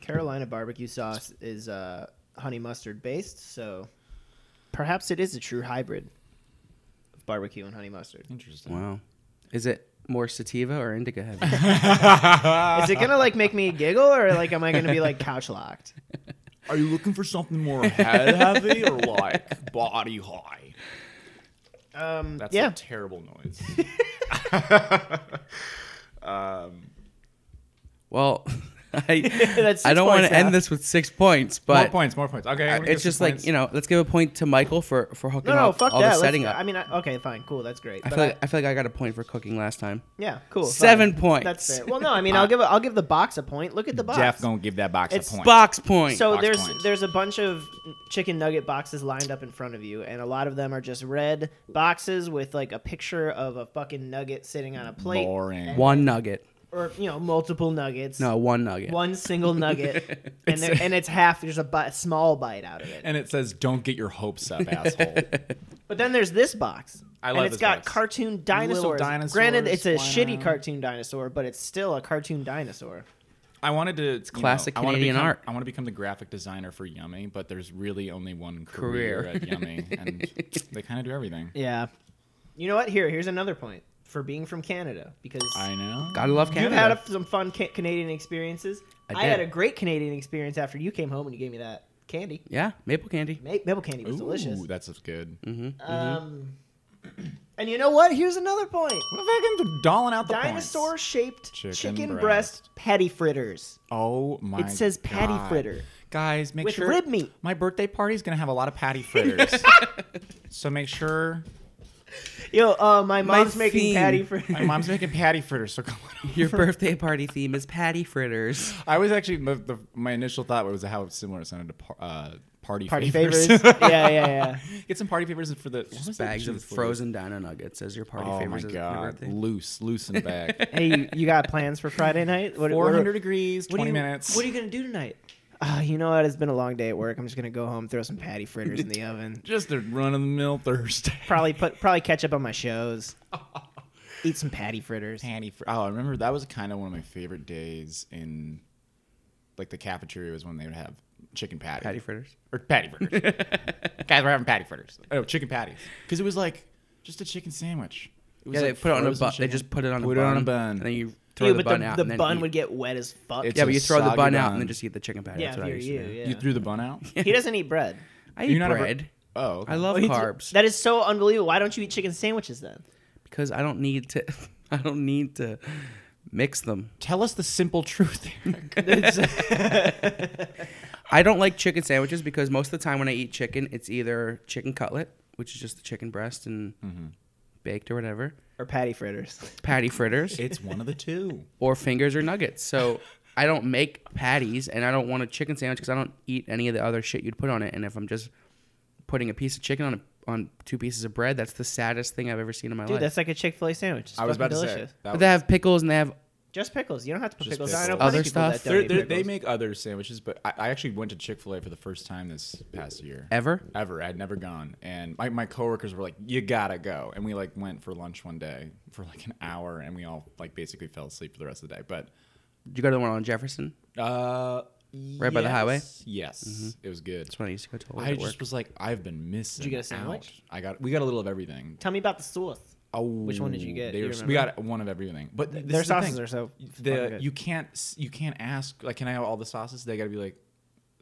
S1: Carolina barbecue sauce is uh, honey mustard based, so perhaps it is a true hybrid of barbecue and honey mustard.
S2: interesting
S4: Wow. Is it more sativa or indica heavy?
S1: Is it gonna like make me giggle, or like am I gonna be like couch locked?
S2: Are you looking for something more head heavy or like body high?
S1: Um,
S2: That's
S1: yeah.
S2: a terrible noise.
S4: well, I,
S1: That's
S4: I
S1: six
S4: don't want
S1: points
S4: to end
S1: now.
S4: this with six points,
S2: more
S4: but
S2: points, more points. Okay, I'm gonna
S4: it's
S2: give
S4: just
S2: some
S4: like
S2: points.
S4: you know. Let's give a point to Michael for for hooking
S1: No, no,
S4: up
S1: fuck
S4: all
S1: that.
S4: the
S1: Let's-
S4: setting up.
S1: I mean, I, okay, fine, cool, that's great.
S4: I
S1: But
S4: feel, like, I feel like I got a point for cooking last time.
S1: yeah, cool. fine.
S4: Seven points.
S1: That's fair. Well, no, I mean, I'll give a, I'll give the box a point. Look at the box.
S2: Jeff gonna give that box
S1: It's
S2: a point.
S4: Box point.
S1: so
S2: box
S1: there's
S2: points.
S1: there's a bunch of chicken nugget boxes lined up in front of you, and a lot of them are just red boxes with like a picture of a fucking nugget sitting on a plate,
S2: Boring.
S4: one nugget.
S1: or you know, multiple nuggets.
S4: No, one nugget.
S1: One single nugget, and there, and it's half. There's a, bi- a small bite out of it.
S2: And it says, "Don't get your hopes up, asshole."
S1: But then there's this box.
S2: I
S1: and
S2: love
S1: it's
S2: this
S1: got
S2: box.
S1: cartoon dinosaurs.
S2: dinosaurs
S1: Granted, it's a
S2: flying
S1: shitty
S2: around.
S1: cartoon dinosaur, but it's still a cartoon dinosaur.
S2: I wanted to. It's
S4: classic
S2: I wanna
S4: Canadian
S2: become-
S4: art.
S2: I want to become the graphic designer for Yummy, but there's really only one career,
S4: Career.
S2: at Yummy, and they kind of do everything.
S1: Yeah. You know what? Here, here's another point for being from Canada because
S2: I know.
S4: Gotta love Canada.
S1: you've had a, some fun ca- Canadian experiences.
S4: I
S1: I, had
S4: did.
S1: a great Canadian experience after you came home and you gave me that candy.
S4: yeah, maple candy.
S1: Ma- Maple candy was delicious.
S2: Ooh, that's good.
S1: Um, and you know what? Here's another point.
S2: What if I can dolling out the points?
S1: Dinosaur shaped
S2: Chicken
S1: chicken,
S2: breast.
S1: breast. patty fritters.
S2: Oh my!
S1: It says patty
S2: God.
S1: fritter.
S2: Guys, make
S1: With
S2: sure
S1: rib meat.
S2: My birthday party's gonna have a lot of patty fritters. so make sure
S1: Yo, uh, my mom's making
S4: theme.
S1: patty fritters.
S2: my mom's making patty fritters. So come on.
S4: Your birthday party theme is patty fritters.
S2: I was actually the, the, my initial thought was how similar it sounded to par, uh, party
S1: Party
S2: favors.
S1: favors. yeah, yeah, yeah.
S2: Get some party favors for the what was that
S4: Bags of
S2: cheese for?
S4: frozen dino nuggets as your party
S2: Oh my
S4: favors. is your
S2: god!
S4: birthday.
S2: Loose, loose and back.
S1: Hey, you, you got plans for Friday night? What,
S2: Four hundred
S1: what,
S2: degrees,
S1: what are
S2: twenty
S1: you,
S2: minutes.
S1: What are you gonna do tonight? Uh, you know what? It's been a long day at work. I'm just gonna go home, throw some patty fritters in the oven.
S2: Just a run of the mill Thursday.
S1: Probably put probably catch up on my shows. Eat some patty fritters.
S2: Patty fr- oh, I remember that was kind of one of my favorite days in, like the cafeteria was when they would have chicken patty,
S4: Patty fritters.
S2: or patty fritters. Guys, we're having patty fritters. Oh, chicken patties. Because it was like just a chicken sandwich. It was
S4: Yeah,
S2: like
S4: they put it on a
S2: frozen
S4: bun. They
S2: chicken.
S4: just put it on
S2: Put
S4: a
S2: it
S4: bun.
S2: on a bun.
S4: And then you throw
S1: Yeah,
S4: the
S1: but
S4: bun
S1: the,
S4: out.
S1: the
S4: and then
S1: bun
S4: eat.
S1: would get wet as fuck.
S2: It's
S4: Yeah, but
S2: a
S4: you throw the
S2: soggy
S4: bun out
S2: bun.
S4: and then just eat the chicken patty.
S1: yeah,
S4: That's
S1: if
S4: what I
S1: you're
S4: used to
S1: you.
S4: do.
S1: Yeah.
S2: You threw the bun out.
S1: he doesn't eat bread.
S4: I eat
S2: You're not a bur-
S4: bread.
S2: Oh, okay.
S4: I love
S1: Well, he-
S4: carbs
S1: That is so unbelievable. Why don't you eat chicken sandwiches then?
S4: because I don't need to. I don't need to mix them.
S2: Tell us the simple truth. Eric.
S4: I don't like chicken sandwiches because most of the time when I eat chicken, it's either chicken cutlet, which is just the chicken breast and
S1: Mm-hmm.
S4: baked or whatever,
S1: Or patty fritters.
S4: patty fritters,
S2: it's one of the two.
S4: or fingers or nuggets. So I don't make patties, and I don't want a chicken sandwich because I don't eat any of the other shit you'd put on it. And if I'm just putting a piece of chicken on a, on two pieces of bread, that's the saddest thing I've ever seen in my
S1: Dude,
S4: life.
S1: that's like a Chick Fil A sandwich. It's
S2: I was about
S1: fucking
S2: to
S1: delicious.
S2: say. that
S4: But
S2: was-
S4: they have pickles and they have
S1: Just pickles. You don't have to put
S2: Just
S1: pickles. on. I know
S2: pickles.
S1: plenty
S4: Other
S1: of people that
S4: stuff?
S1: don't
S2: They're-
S1: eat
S2: they're- they
S1: pickles.
S2: make other sandwiches, but I, I actually went to Chick Fil A for the first time this past year.
S4: Ever?
S2: Ever. I'd never gone, and my my coworkers were like, "You gotta go," and we like went for lunch one day for like an hour, and we all like basically fell asleep for the rest of the day. But
S4: Did you go to the one on Jefferson?
S2: uh,
S4: Right by the highway? Mm-hmm.
S2: Yes, it was good.
S4: That's when I used to go to always
S2: I
S4: at
S2: just
S4: work.
S2: was like, I've been missing.
S1: get a sandwich?
S2: out. I got. We got a little of everything.
S1: Tell me about the sauce.
S2: Oh,
S1: Which one did you get? Do
S2: they
S1: you
S2: were- we
S1: remember?
S2: got one of everything, but this
S1: Their
S2: is the
S1: sauces
S2: thing.
S1: are so fucking
S2: the
S1: good.
S2: you can't s- you can't ask like can I have all the sauces? They got to be like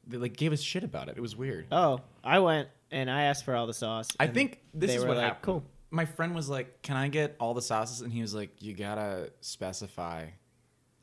S2: they like gave us shit about it. It was weird.
S1: Oh, I went and I asked for all the sauce.
S2: I
S1: and
S2: think this
S1: they
S2: is
S1: were
S2: what
S1: like,
S2: happened.
S1: Cool.
S2: My friend was like, "Can I get all the sauces?" And he was like, "You gotta specify.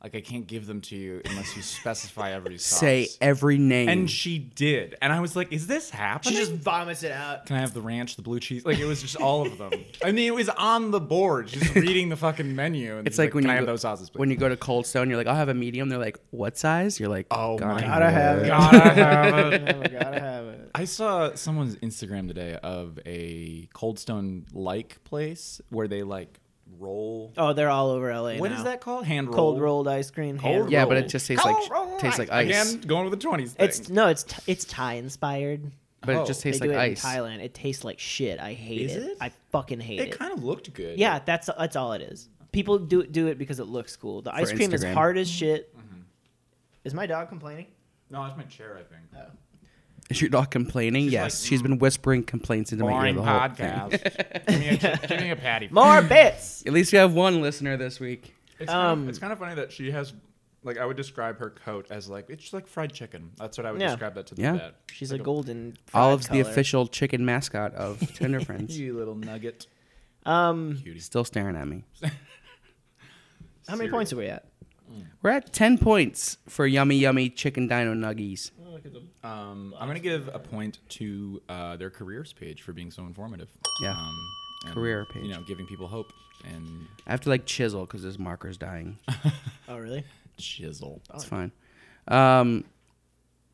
S2: Like I can't give them to you unless you specify every sauce."
S4: Say every name.
S2: and she did, and I was like, "Is this
S1: She
S2: happening?"
S1: just vomits it out.
S2: can I have the ranch, the blue cheese? Like it was just all of them. I mean, it was on the board, just reading the fucking menu. And
S4: It's like, when
S2: can
S4: you
S2: I have
S4: go,
S2: those sauces, please?
S4: when you go to Cold Stone, you're like, I'll have a medium. They're like, what size? You're like,
S2: oh
S4: God.
S2: my
S1: Gotta have it.
S2: Gotta have it.
S1: Oh, gotta have it.
S2: I saw someone's Instagram today of a Cold Stone like place where they like roll.
S1: Oh, they're all over LA.
S2: What
S1: now.
S2: is that called? Hand roll.
S1: Cold rolled ice cream. hand
S2: roll.
S4: Yeah,
S1: rolled.
S4: but it just tastes like
S2: Roll
S4: tastes like ice.
S2: Again, going with the twenties.
S1: it's no, it's t- it's Thai inspired.
S4: But
S2: Oh.
S4: it just tastes
S1: they do
S4: like
S1: it
S4: ice.
S1: in Thailand. It tastes like shit. I hate
S2: Is it?
S1: I fucking hate it.
S2: it kind of looked good.
S1: Yeah, that's that's all it is. People do do it because it looks cool. The ice cream is
S4: Instagram.
S1: hard as shit. Is my dog complaining?
S2: No, that's my chair. I think.
S4: Is your dog complaining? yes,
S2: like,
S4: she's been whispering complaints into my ear
S2: Boring
S4: the whole thing.
S2: podcast. give, me a, give me a patty.
S1: More bits.
S4: At least we have one listener this week.
S2: It's, kind of,
S1: Um,
S2: it's kind of funny that she has. Like I would describe her coat as like it's like fried chicken. That's what I would
S1: Yeah.
S2: describe that to the
S4: Yeah.
S2: vet.
S1: She's
S2: Like
S1: a golden. fried
S4: Olive's the
S1: color.
S4: official chicken mascot of Tender Friends.
S2: You little nugget.
S1: Um,
S2: Cutie.
S4: Still staring at me.
S1: how many points are we at?
S4: We're at ten points for yummy yummy chicken dino nuggies.
S2: Um, I'm gonna give a point to uh, their careers page for being so informative.
S4: Yeah.
S2: Um, and,
S4: Career
S2: You
S4: page.
S2: know, giving people hope and
S4: I have to like chisel because this marker's dying.
S1: Oh, really?
S2: chisel.
S4: It's fine. Um,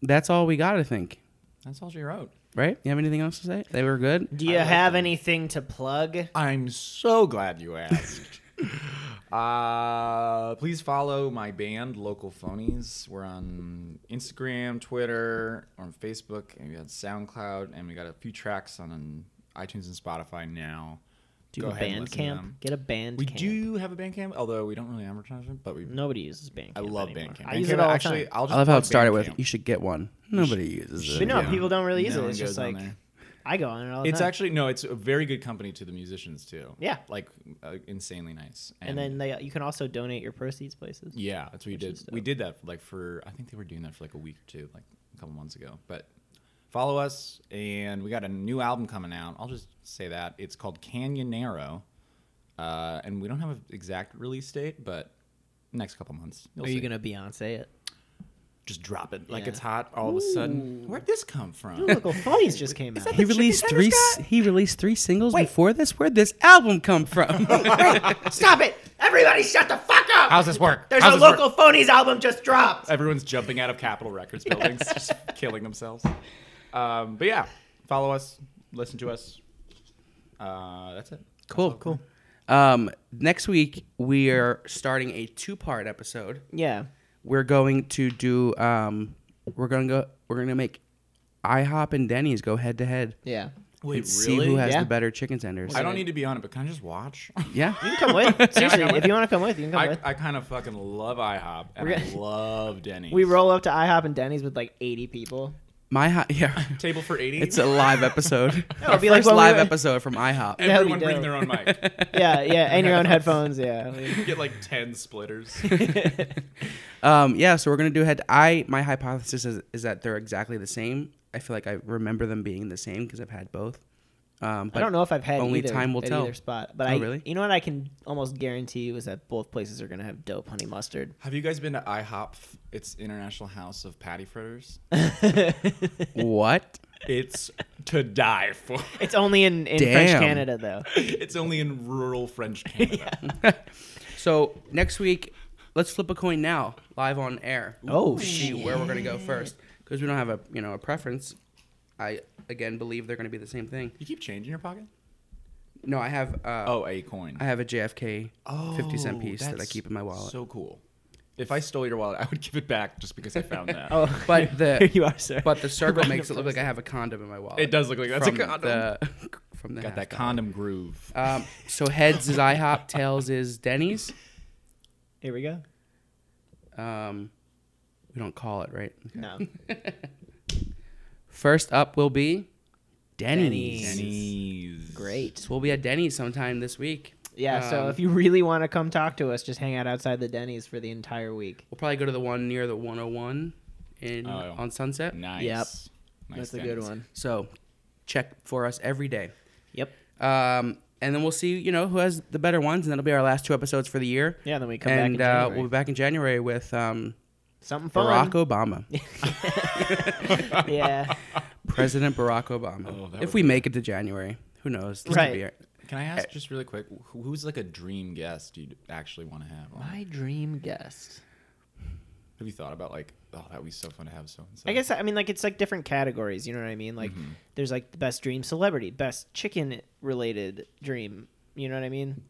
S4: that's all we got, I think.
S2: That's all she wrote.
S4: Right? You have anything else to say? They were good.
S1: Do you have anything to plug?
S2: I'm so glad you asked. uh, please follow my band, Local Phonies. We're on Instagram, Twitter, on Facebook, and we got SoundCloud, and we got a few tracks on iTunes and Spotify now.
S1: Do
S2: Go
S1: a
S2: ahead and
S1: band
S2: listen to
S1: camp.
S2: them.
S1: Get a band.
S2: We
S1: camp.
S2: do have a Bandcamp, although we don't really advertise it, but we
S1: Nobody uses band.
S2: I
S1: camp
S2: love
S1: anymore.
S2: Bandcamp.
S1: I use
S2: Bandcamp,
S1: it all
S2: actually,
S1: the time.
S2: I'll just
S4: I love how
S2: plug
S4: it started with
S2: Bandcamp.
S4: you should get one. Nobody uses
S1: But
S4: it.
S1: no,
S2: Yeah.
S1: people don't really use
S2: No
S1: it.
S2: one
S1: It's just
S2: goes on
S1: like
S2: there.
S1: I go on it all the
S2: It's
S1: time.
S2: actually no, it's a very good company to the musicians too.
S1: Yeah.
S2: like uh, insanely nice.
S1: and then they, you can also donate your proceeds places.
S2: yeah, that's what we did.
S1: is
S2: We did that for, like for I think they were doing that for like a week or two, like a couple months ago. But follow us, and we got a new album coming out. I'll just say that it's called Canyonero, uh, and we don't have an exact release date, but next couple months. You'll
S1: Are you
S2: see.
S1: gonna Beyonce it?
S2: just drop it like
S1: Yeah.
S2: it's hot all of a sudden? Where'd this come from?
S1: Local Funnies just came out.
S4: He released three. s- He released three singles before this. Where'd this album come from?
S1: Stop it! Everybody, shut the fuck up!
S2: How's this work?
S1: There's
S2: How's
S1: a
S2: this work?
S1: local phonies album just dropped.
S2: Everyone's jumping out of Capitol Records buildings, just killing themselves. Um, but yeah, follow us, listen to us. Uh, that's it.
S4: cool, cool. Um, next week we are starting a two-part episode.
S1: Yeah.
S4: We're going to do. Um, we're gonna go. We're gonna make IHOP and Denny's go head to head.
S1: Yeah.
S2: Wait,
S4: and see who has
S1: Yeah.
S4: the better chicken tenders.
S2: I don't need to be on it, but can I just watch?
S4: yeah.
S1: You can come with. Seriously, if you want to come with, you can come
S2: I,
S1: with.
S2: I kind of fucking love IHOP and
S1: We're
S2: I
S1: gonna-
S2: love Denny's.
S1: we roll up to IHOP and Denny's with like 80 people.
S4: My hi- yeah.
S2: table for eighty.
S4: It's a live episode. Our
S1: be like
S4: first
S1: when we
S4: live
S1: were-
S4: episode from
S1: that'd
S4: IHOP.
S1: be
S2: everyone bring
S1: dope.
S2: their own mic.
S1: Yeah, yeah, and your own headphones. Yeah.
S2: Get like ten splitters.
S4: Um, yeah, so we're gonna do head. I my hypothesis is, is that they're exactly the same. I feel like I remember them being the same because I've had both. Um, but
S1: I don't know if I've had
S4: only
S1: either
S4: time will
S1: at
S4: tell.
S1: either spot, but
S4: Oh,
S1: I
S4: really?
S1: you know what I can almost guarantee you is that both places are gonna have dope honey mustard.
S2: have you guys been to IHOP? It's International House of Patty Fritters.
S4: what?
S2: It's to die for.
S1: It's only in, in French
S4: Damn.
S1: Canada though.
S2: It's only in rural French Canada.
S4: So next week, let's flip a coin now, live on air.
S1: Oh,
S4: To see where we're gonna go first because we don't have a you know a preference. I again believe they're gonna be the same thing.
S2: You keep changing your pocket?
S4: No, I have uh,
S2: Oh, a coin. Oh,
S4: I have a JFK 50 cent piece that I
S2: that's
S4: keep in my wallet.
S2: So cool. If I stole your wallet, I would give it back just because I found that.
S1: Oh,
S4: but
S1: here
S4: the
S1: you are, sir.
S4: but the circle makes it look like I have a condom in my wallet.
S2: It does look like that's a
S4: from
S2: condom.
S4: The, from the
S2: Got
S4: half
S2: that
S4: dollar.
S2: condom groove.
S4: Um, so heads is IHOP, tails is Denny's.
S1: here we go.
S4: Um, we don't call it right.
S1: No.
S4: First up will be Denny's.
S1: Denny's.
S2: Denny's.
S1: Great.
S4: So we'll be at Denny's sometime this week.
S1: Yeah, so
S4: Um,
S1: if you really want to come talk to us, just hang out outside the Denny's for the entire week.
S4: we'll probably go to the one near the 101 in
S2: Oh.
S4: on Sunset.
S2: Nice.
S1: Yep.
S2: Nice
S1: That's a good
S2: Denny's.
S1: one.
S4: So check for us every day.
S1: Yep.
S4: Um, and then we'll see, you know, who has the better ones, and that'll be our last two episodes for the year.
S1: Yeah, then we come back
S4: and
S1: in
S4: uh,
S1: January.
S4: we'll be back in January with um,
S1: Something fun.
S4: Barack Obama,
S1: Yeah.
S4: President Barack Obama.
S2: Oh, that
S4: if
S2: would
S4: we make it to January, who knows? This could
S1: Right.
S4: be our-
S2: Can I ask just really quick, who- who's like a dream guest you'd actually want to have? on?
S1: My dream guest.
S2: Have you thought about like, oh, that would be so fun to have so and so?
S1: I guess I mean like it's like different categories, you know what I mean? Like
S4: Mm-hmm.
S1: there's like the best dream celebrity, best chicken related dream, you know what I mean?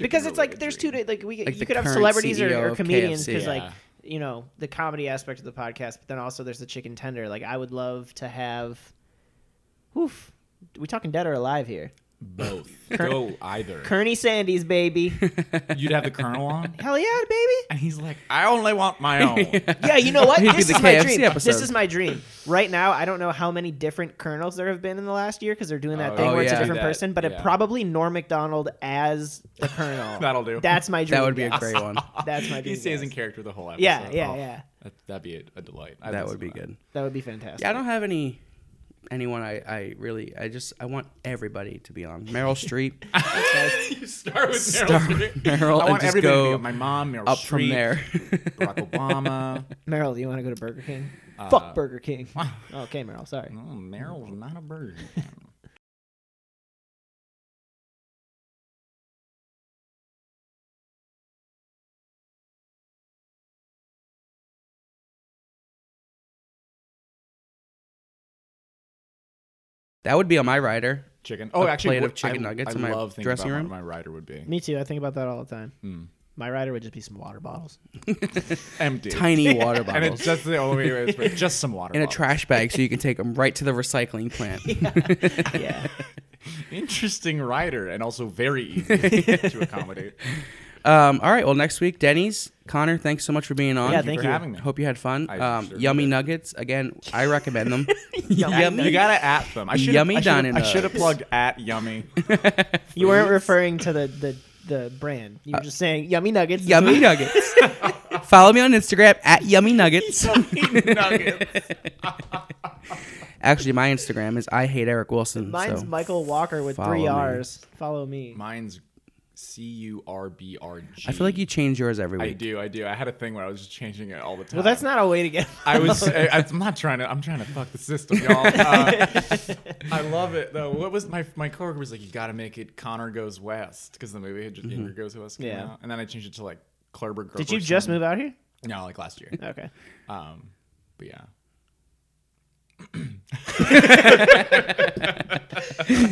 S1: because it's like there's two like we
S4: Like
S1: you
S4: the
S1: could have
S4: current
S1: celebrities
S4: CEO
S1: or, or
S4: of
S1: comedians
S4: KFC.
S1: because
S2: Yeah.
S1: like you know the comedy aspect of the podcast, but then also there's the chicken tender. Like I would love to have, oof, we talking dead or alive here?
S2: both. Go either.
S1: Kearney Sandy's baby,
S2: You'd have the colonel on,
S1: hell yeah, baby.
S2: and he's like, I only want my own.
S1: Yeah, you know what?
S4: He'd be
S1: this
S4: the
S1: is my
S4: KFC
S1: dream.
S4: episode.
S1: This is my dream. Right now, I don't know how many different colonels there have been in the last year because they're doing that
S2: Oh,
S1: thing
S4: yeah.
S1: where it's
S4: Oh,
S1: a
S4: yeah.
S1: different
S2: Do that.
S1: person, but it
S2: Yeah.
S1: probably Norm Macdonald as the colonel.
S2: That'll do.
S1: That's my dream.
S4: that would be a
S1: guest.
S4: great one.
S1: That's my dream.
S2: he stays in
S1: guest.
S2: character the whole episode.
S1: Yeah, yeah,
S2: Oh,
S1: yeah.
S2: That, that'd be a, a delight. I'd
S4: that
S2: listen
S4: would be
S2: to
S4: good.
S1: That would be fantastic.
S4: Yeah, I don't have any anyone I, I really I just I want everybody to be on. Meryl Streep.
S2: you start with Meryl.
S4: Start
S2: Streep.
S4: with Meryl
S2: I
S4: and
S2: want
S4: just
S2: everybody to be
S4: go
S2: on. my mom, Meryl
S4: up from
S2: Streep,
S4: there.
S2: Barack Obama.
S1: Meryl, do you want to go to Burger King?
S4: Uh,
S1: Fuck Burger King. okay, Meryl, sorry.
S4: Mm.
S2: Oh, Meryl's not a bird.
S4: That would be on my rider.
S2: Chicken. Oh,
S4: A
S2: actually,
S4: plate of
S2: what-
S4: chicken
S2: I,
S4: nuggets
S2: I
S4: in my
S2: love thinking
S4: dressing
S2: about
S4: room.
S2: What my rider would be
S1: Me too. I think about that all the time.
S2: Mm.
S1: My rider would just be some water bottles.
S2: empty,
S4: Tiny water
S2: and it's
S4: bottles.
S2: just the only way. It is, just some water
S4: in a
S2: bottles.
S4: trash bag so you can take them right to the recycling plant.
S1: Yeah.
S2: Interesting rider, and also very easy to accommodate.
S4: Um, all right. Well, next week, Denny's. Connor, thanks so much for being on.
S1: Yeah, thank
S2: for
S1: you.
S2: having me.
S4: Hope you had fun.
S2: I
S4: Um,
S2: sure
S4: yummy
S2: did.
S4: nuggets. Again, I recommend them.
S1: Yummy.
S2: You gotta at them. I should
S4: Yummy
S2: I should've- I
S4: Dominoes.
S2: should have plugged at yummy.
S1: You weren't referring to the the, the brand. You were just saying yummy nuggets.
S4: Uh, yummy nuggets. Follow me on Instagram at yummy nuggets. Actually, my Instagram is I hate Eric Wilson.
S1: Mine's
S4: so.
S1: Michael Walker with
S4: follow
S1: three
S4: me.
S1: R's. Follow me.
S2: Mine's C U R B R G.
S4: I feel like you change yours every
S2: I
S4: week.
S2: do. I do. I had a thing where I was just changing it all the time.
S1: Well, that's not a way to get.
S2: I was. I, I'm not trying to. I'm trying to fuck the system, y'all. Uh, I love it though. What was my my coworker was like? You got to make it Connor Goes West because the movie had just Ingrid Goes West. Came
S1: Yeah.
S2: out. And then I changed it to like Clubber.
S1: Did you just move out here?
S2: No, like last year.
S1: Okay.
S2: Um, but yeah.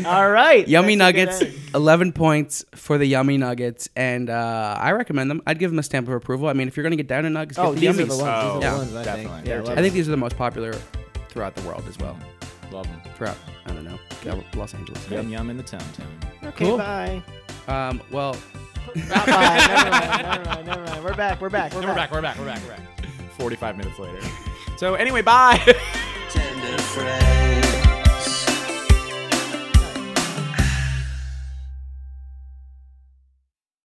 S1: All right.
S4: Yummy
S1: That's a good
S4: nuggets.
S1: end.
S4: Eleven points for the yummy nuggets, and uh, I recommend them. I'd give them a stamp of approval. I mean, if you're gonna get down to nuggets,
S1: Oh,
S4: get
S1: these
S4: the
S1: are the
S4: yummies.
S1: ones.
S2: Oh,
S1: these are
S4: yeah,
S1: the ones I think.
S2: definitely.
S1: Yeah,
S2: I
S1: I love
S4: I think these are the most popular throughout the world as well.
S2: Love them.
S4: Throughout, I don't know, yeah, Los Angeles.
S2: Yum yum in the town town.
S1: it. Okay,
S4: Cool.
S1: bye.
S4: Um, well,
S1: Not bye. Never mind. Never mind. Never mind. We're back. We're back. We're
S2: And we're
S1: back.
S2: back. We're back. We're back. We're back. Forty five minutes later. So anyway, bye.
S3: tender friend.